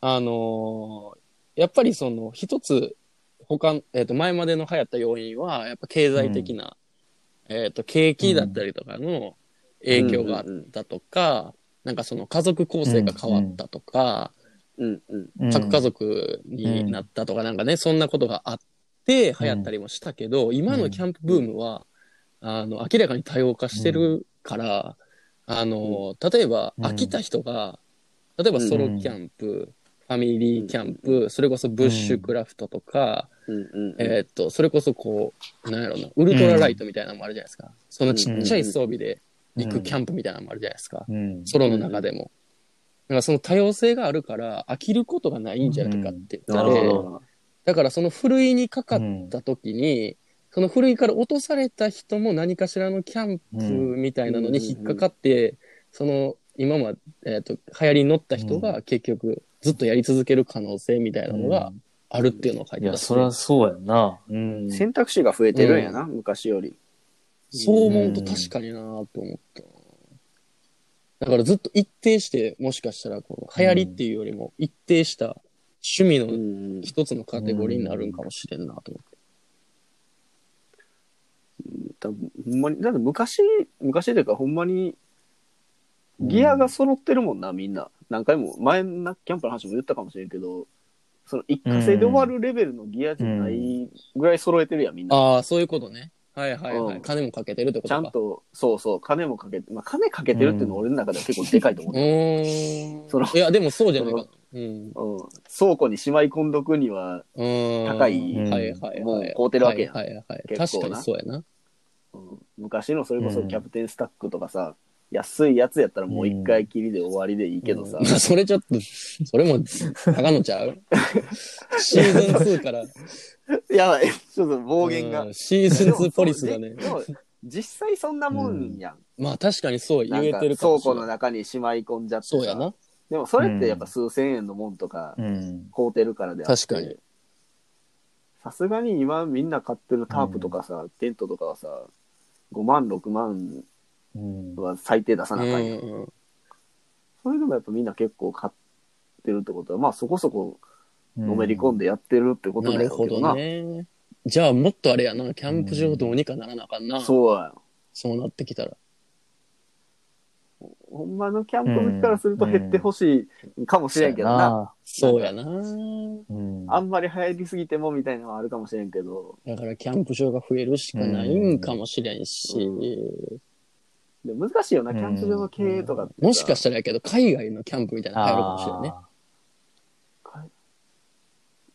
あのーやっぱりその一つ他、えっと前までの流行った要因はやっぱ経済的な、えっと景気だったりとかの影響があったとか、なんかその家族構成が変わったとか、うんうん核家族になったとかなんかね、そんなことがあって流行ったりもしたけど、今のキャンプブームは、あの、明らかに多様化してるから、あの、例えばうん飽きた人が、例えばソロキャンプ、ファミリーキャンプ、それこそブッシュクラフトとか、うんうんえーっと、それこそこう、なんやろな、ウルトラライトみたいなのもあるじゃないですか。そのちっちゃい装備で行くキャンプみたいなのもあるじゃないですか。うん。ソロの中でも。だからその多様性があるから飽きることがないんじゃないかって言なっるて、ほうんど、だからそのふるいにかかった時に、そのふるいから落とされた人も何かしらのキャンプみたいなのに引っかかって、その今まで、えーと流行りに乗った人が結局ずっとやり続ける可能性みたいなのがあるっていうのを書いいてや、たしそりゃそうやんな。うん。選択肢が増えてるんやな、昔よりそう思うと確かになと思ったな。だからずっと一定して、もしかしたらこう流行りっていうよりも一定した趣味うんのうん一つのカテゴリーになるんかもしれんなと思って。多分ほんまにだって昔昔というかほんまにギアが揃ってるもんな、みんな何回も前のキャンプの話も言ったかもしれんけどその一過性で終わるレベルのギアじゃないぐらい揃えてるやんみんな、ああ、そういうことね。はいはいはうい。ん金もかけてるってことちゃか。んとそうそう金もかけて、まあ、金かけてるっていうのは俺の中では結構でかいと思うう、ーん。そのいや、でもそうじゃないかな。うん。うん倉庫にしまい込んどくには、うーん高いはいはいもはうい。買うてるわけやんはいはいはい。結確構かなにそうやな。うん昔のそれこそうんキャプテンスタックとかさ、安いやつやったらもう一回きりで終わりでいいけどさ、うんそれちょっと、それも、高野 ちゃうシーズン2から。や ばいちょっと暴言がうんシーズン2ポリスがねで。もでも実際そんなもんやん。まあ確かにそう言なんえかてるか倉もし庫れのない。中にしまい込んじゃってさそうやな。でもそれってやっぱ数千円のもんとかうん。買うてるからであって。確かに。さすがに今みんな買ってるタープとかさ、テントとかはさ、5万、6万うん。は最低出さうなあかんやんん。それでもやっぱみんな結構買ってるってことは、まあそこそこのめり込んでやってるってことなだるよほけどどな。ね。じゃあもっとあれやな、キャンプ場どうにかならなあかんな。そうそうや。なってきたら。ほんまのキャンプ好きからすると減ってほしいかもしれんけどな。そうやな。うん。あんまり流行りすぎてもみたいなのはあるかもしれんけど、だからキャンプ場が増えるしかないんかもしれんし、でも難しいよな、うんキャンプ場の経営とかってさ。もしかしたらやけど海外のキャンプみたいなの流行るかもしれんね。あ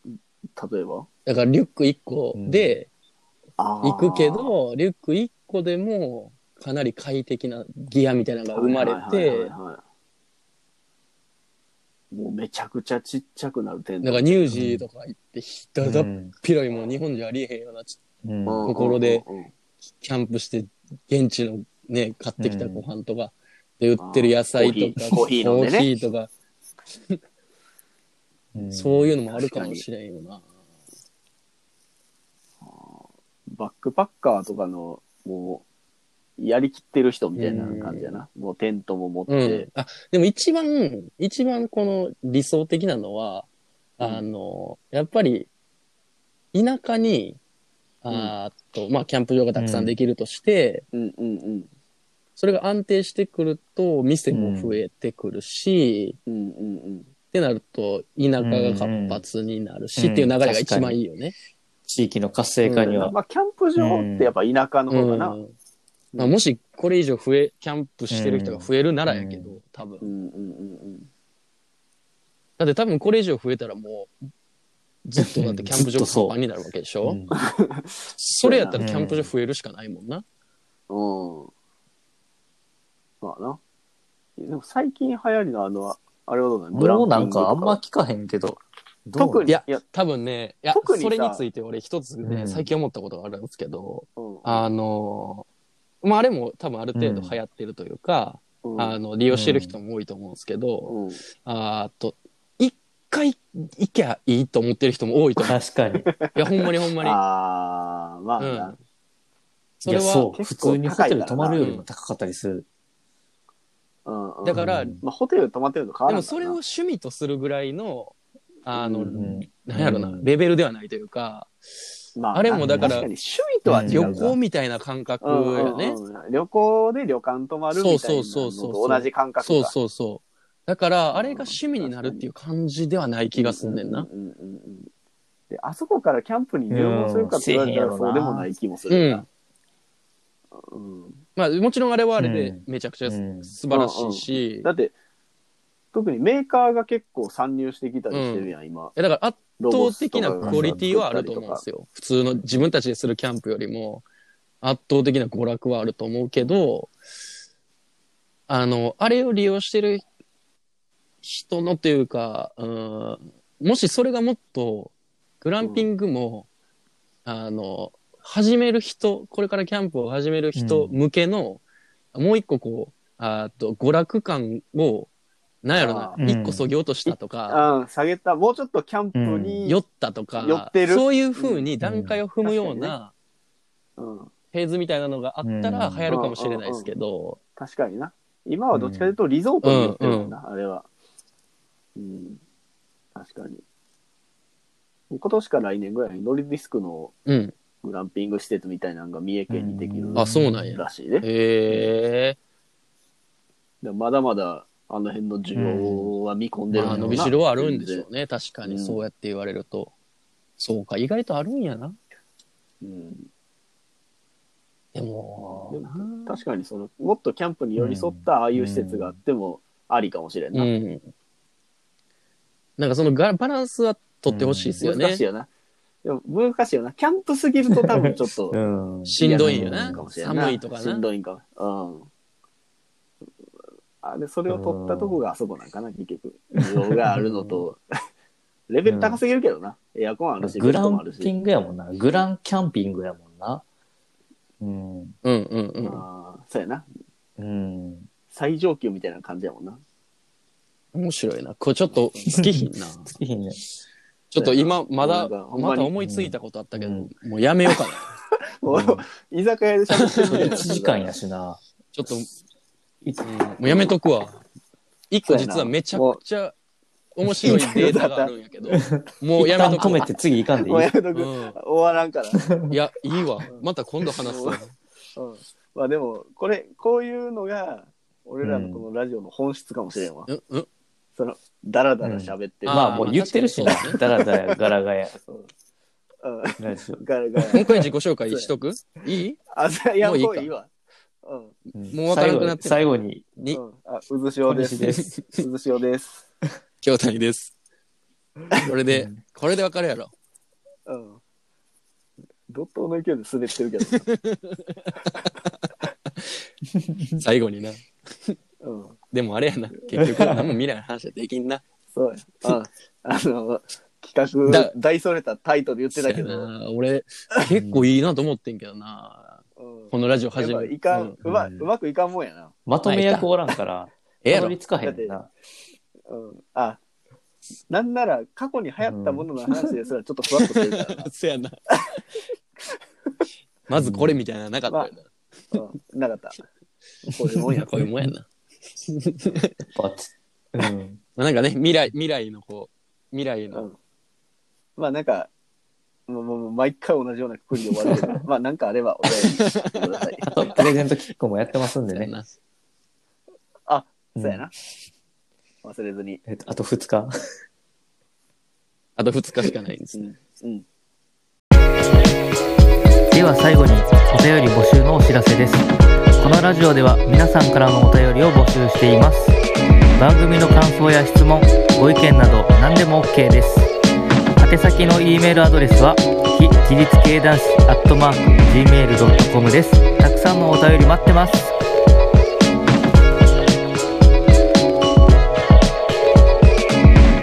例えばだからリュック1個であー行くけ、ど、リュック1個でもかなり快適なギアみたいなのが生まれはいはいはいて、はいもうめちゃくちゃちっちゃくなるテンだトからニュージーとか行って、ひだーだうっん広いもう日本じゃありえへんようなちうんうんところでうんうんうんキャンプして現地のね買ってきたご飯とかで売ってる野菜とあーかコーヒーコーヒー飲んでねコーヒーとかうんそういうのもあるかもしれんよな。バックパッカーとかの、もう、やりきってる人みたいな感じやな。もうテントも持って、うん。あ、でも一番、一番この理想的なのは、うんあの、やっぱり、田舎に、んあーっと、まあ、キャンプ場がたくさんできるとして、うんうんうん。それが安定してくると、店も増えてくるし、うんうんうん。ってなると、田舎が活発になるし、っていう流れが一番いいよね。地域の活性化には。まあ、キャンプ場ってやっぱ田舎のう方んかな。うんまあ、もしこれ以上増え、キャンプしてる人が増えるならやけど、多分。うんうんうん。だって多分これ以上増えたらもう、ずっとだってキャンプ場ずっとがそうパンになるわけでしょ、うんそれやったらキャンプ場増えるしかないもんな。うん。まあな。でも最近流行りのあの、あれはどうなのもうなブんかあランピんングとま聞かへんけど。どう特に、いやいや、多分ね、いや、特にさそれについて俺一つね、うん最近思ったことがあるんですけど、うんあの、まああれも多分ある程度流行ってるというか、うんあの、利用してる人も多いと思うんですけど、うんあーと、一回行きゃいいと思ってる人も多いと思確かに。う。いや、ほんまにほんまに。あー、まあな、うんいそれや、は、そう。普結構通にホテル泊まるよりうもん高かったりする。うんうんだから、うんまあ、ホテル泊まってるの変わでらもんかそられをな趣味とするぐらいの、あの、うんうんなんやろな、うんレベルではないというか、まあれもだから確かに趣味とは違んう旅か行みたいな感覚やね。うんうんうん旅行で旅館泊まるみたいなのそうそうそうそとう同じ感覚かそうそうそう。だから、あれが趣味になるっていう感じではない気がすんねんな。うんうんうんうんであそこからキャンプに入門するかって言われたうらんそうでもない気もすう。るなんうんまあ、もちろんあれはあれでうんめちゃくちゃうん素晴らしいし、だって特にメーカーが結構参入してきたりしてるやん、今えだから圧ロボ倒ッ的トなとかがクオリティはあると思うんですよ。普通の自分たちでするキャンプよりも、圧倒的な娯楽はあると思うけど、あの、あれを利用してる人のというか、うん、もしそれがもっと、グランピングも、あの、始める人、これからキャンプを始める人向けの、もう一個こう、あと、娯楽感を、なんやろなあ、ー一個そぎ落としたとか、うん下げたもうちょっとキャンプに、酔ったとか酔ってるそういうふうに段階を踏むようなうん、フェーズみたいなのがあったらうん流行るかもしれないですけど、確かにな今はどっちかというとリゾートに寄ってるもんな、あれはうん確かに今年か来年ぐらいにノリディスクのうん。グランピング施設みたいなのが三重県にできるうんあ、そうなんや。らしいね。へえでまだまだあの辺の需要は見込んでー。るんだろうなまあ、伸びしろはあるんでしょうね。確かうに、んそうやって言われると。そうか、意外とあるんやな。うんでも、でも確かにそのもっとキャンプに寄り添ったああいう施設があってもありかもしれんうな、ん。なんかそのがバランスは取ってほしいですよね。難しいよなでも難しいよなキャンプすぎると多分ちょっとうん。しんどいんよ嫌ななのかもしれんな寒いとかしんな。どいんかうんあでそれを取ったとこがあそこなんかな結局需要があるのとレベル高すぎるけどな、エアコンあるしグラベッドもあンるしピングやもんな。グランキャンピングやもんな。うん。うんうんうん。あーそうやなうん。最上級みたいな感じやもんな面白いな。これちょっと好きひんな。月日ね。ちょっと今、まだ、なんかほんままにた思いついたことあったけど、うんもうやめようかな。もう居酒屋で喋ってる1時間やしな。ちょっと、うんもうやめとくわ。一個実はめちゃくちゃ面白いデータがあるん やけど、もう一や旦めと止くめわ。て次行かんでいいもうや。めとく、うん終わらんから、いや、いいわ。また今度話すわ。うんまあでもこれこういうのが俺らのこのラジオの本質かもしれんわ、うんうんそのダラダラ喋ってる、うんまあもう言ってるしなあーまあ確かにそう。だらだらガラガヤ。うんラジオガラガ今 ラ回自己紹介しとくいいあそういやももうういいいかいわうんもう分からなくなってる最後に、に、うん、あ、うずし最お後に、で小西す。です。うずしおです。京谷です。これで、これでわかるやろ。うん。怒涛の勢いで滑ってるけど。最後にな。うん。でもあれやな。結局、何も未来の話はできんな。そうや。うん。あの、企だ画、大それたタイトル言ってたけそやど、な俺、結構いいなと思ってんけどな。うんこのラジオ始やっめぱいかうんん、うま、うまくいかんもんやな。まとめ役おらんから、ええやたどろり。着かへんな。うん。あ、なんなら過去に流行ったものの話ですらちょっとふわっとしてるからな。そやな。まずこれみたいなのなかったよな。うん。なかった。こういうもんや。 こういうもんやな。バツ。うん。まあなんかね、未来、未来のこう、未来うの、ん。まあなんか、もうもうもう毎回同じようなくくりで終わるけど、まあなんかあればお便りしてください。あと、プレゼントキックもやってますんでそうやね。なあ、うんそうやな。忘れずに。えっと、あと2日。あと2日しかないんですね。うん。では最後にお便り募集のお知らせですこのラジオでは皆さんからのお便りを募集しています番組の感想や質問ご意見など何でも OK です宛先の E メールアドレスは非自立系男子 gmail.com ですたくさんのお便り待ってます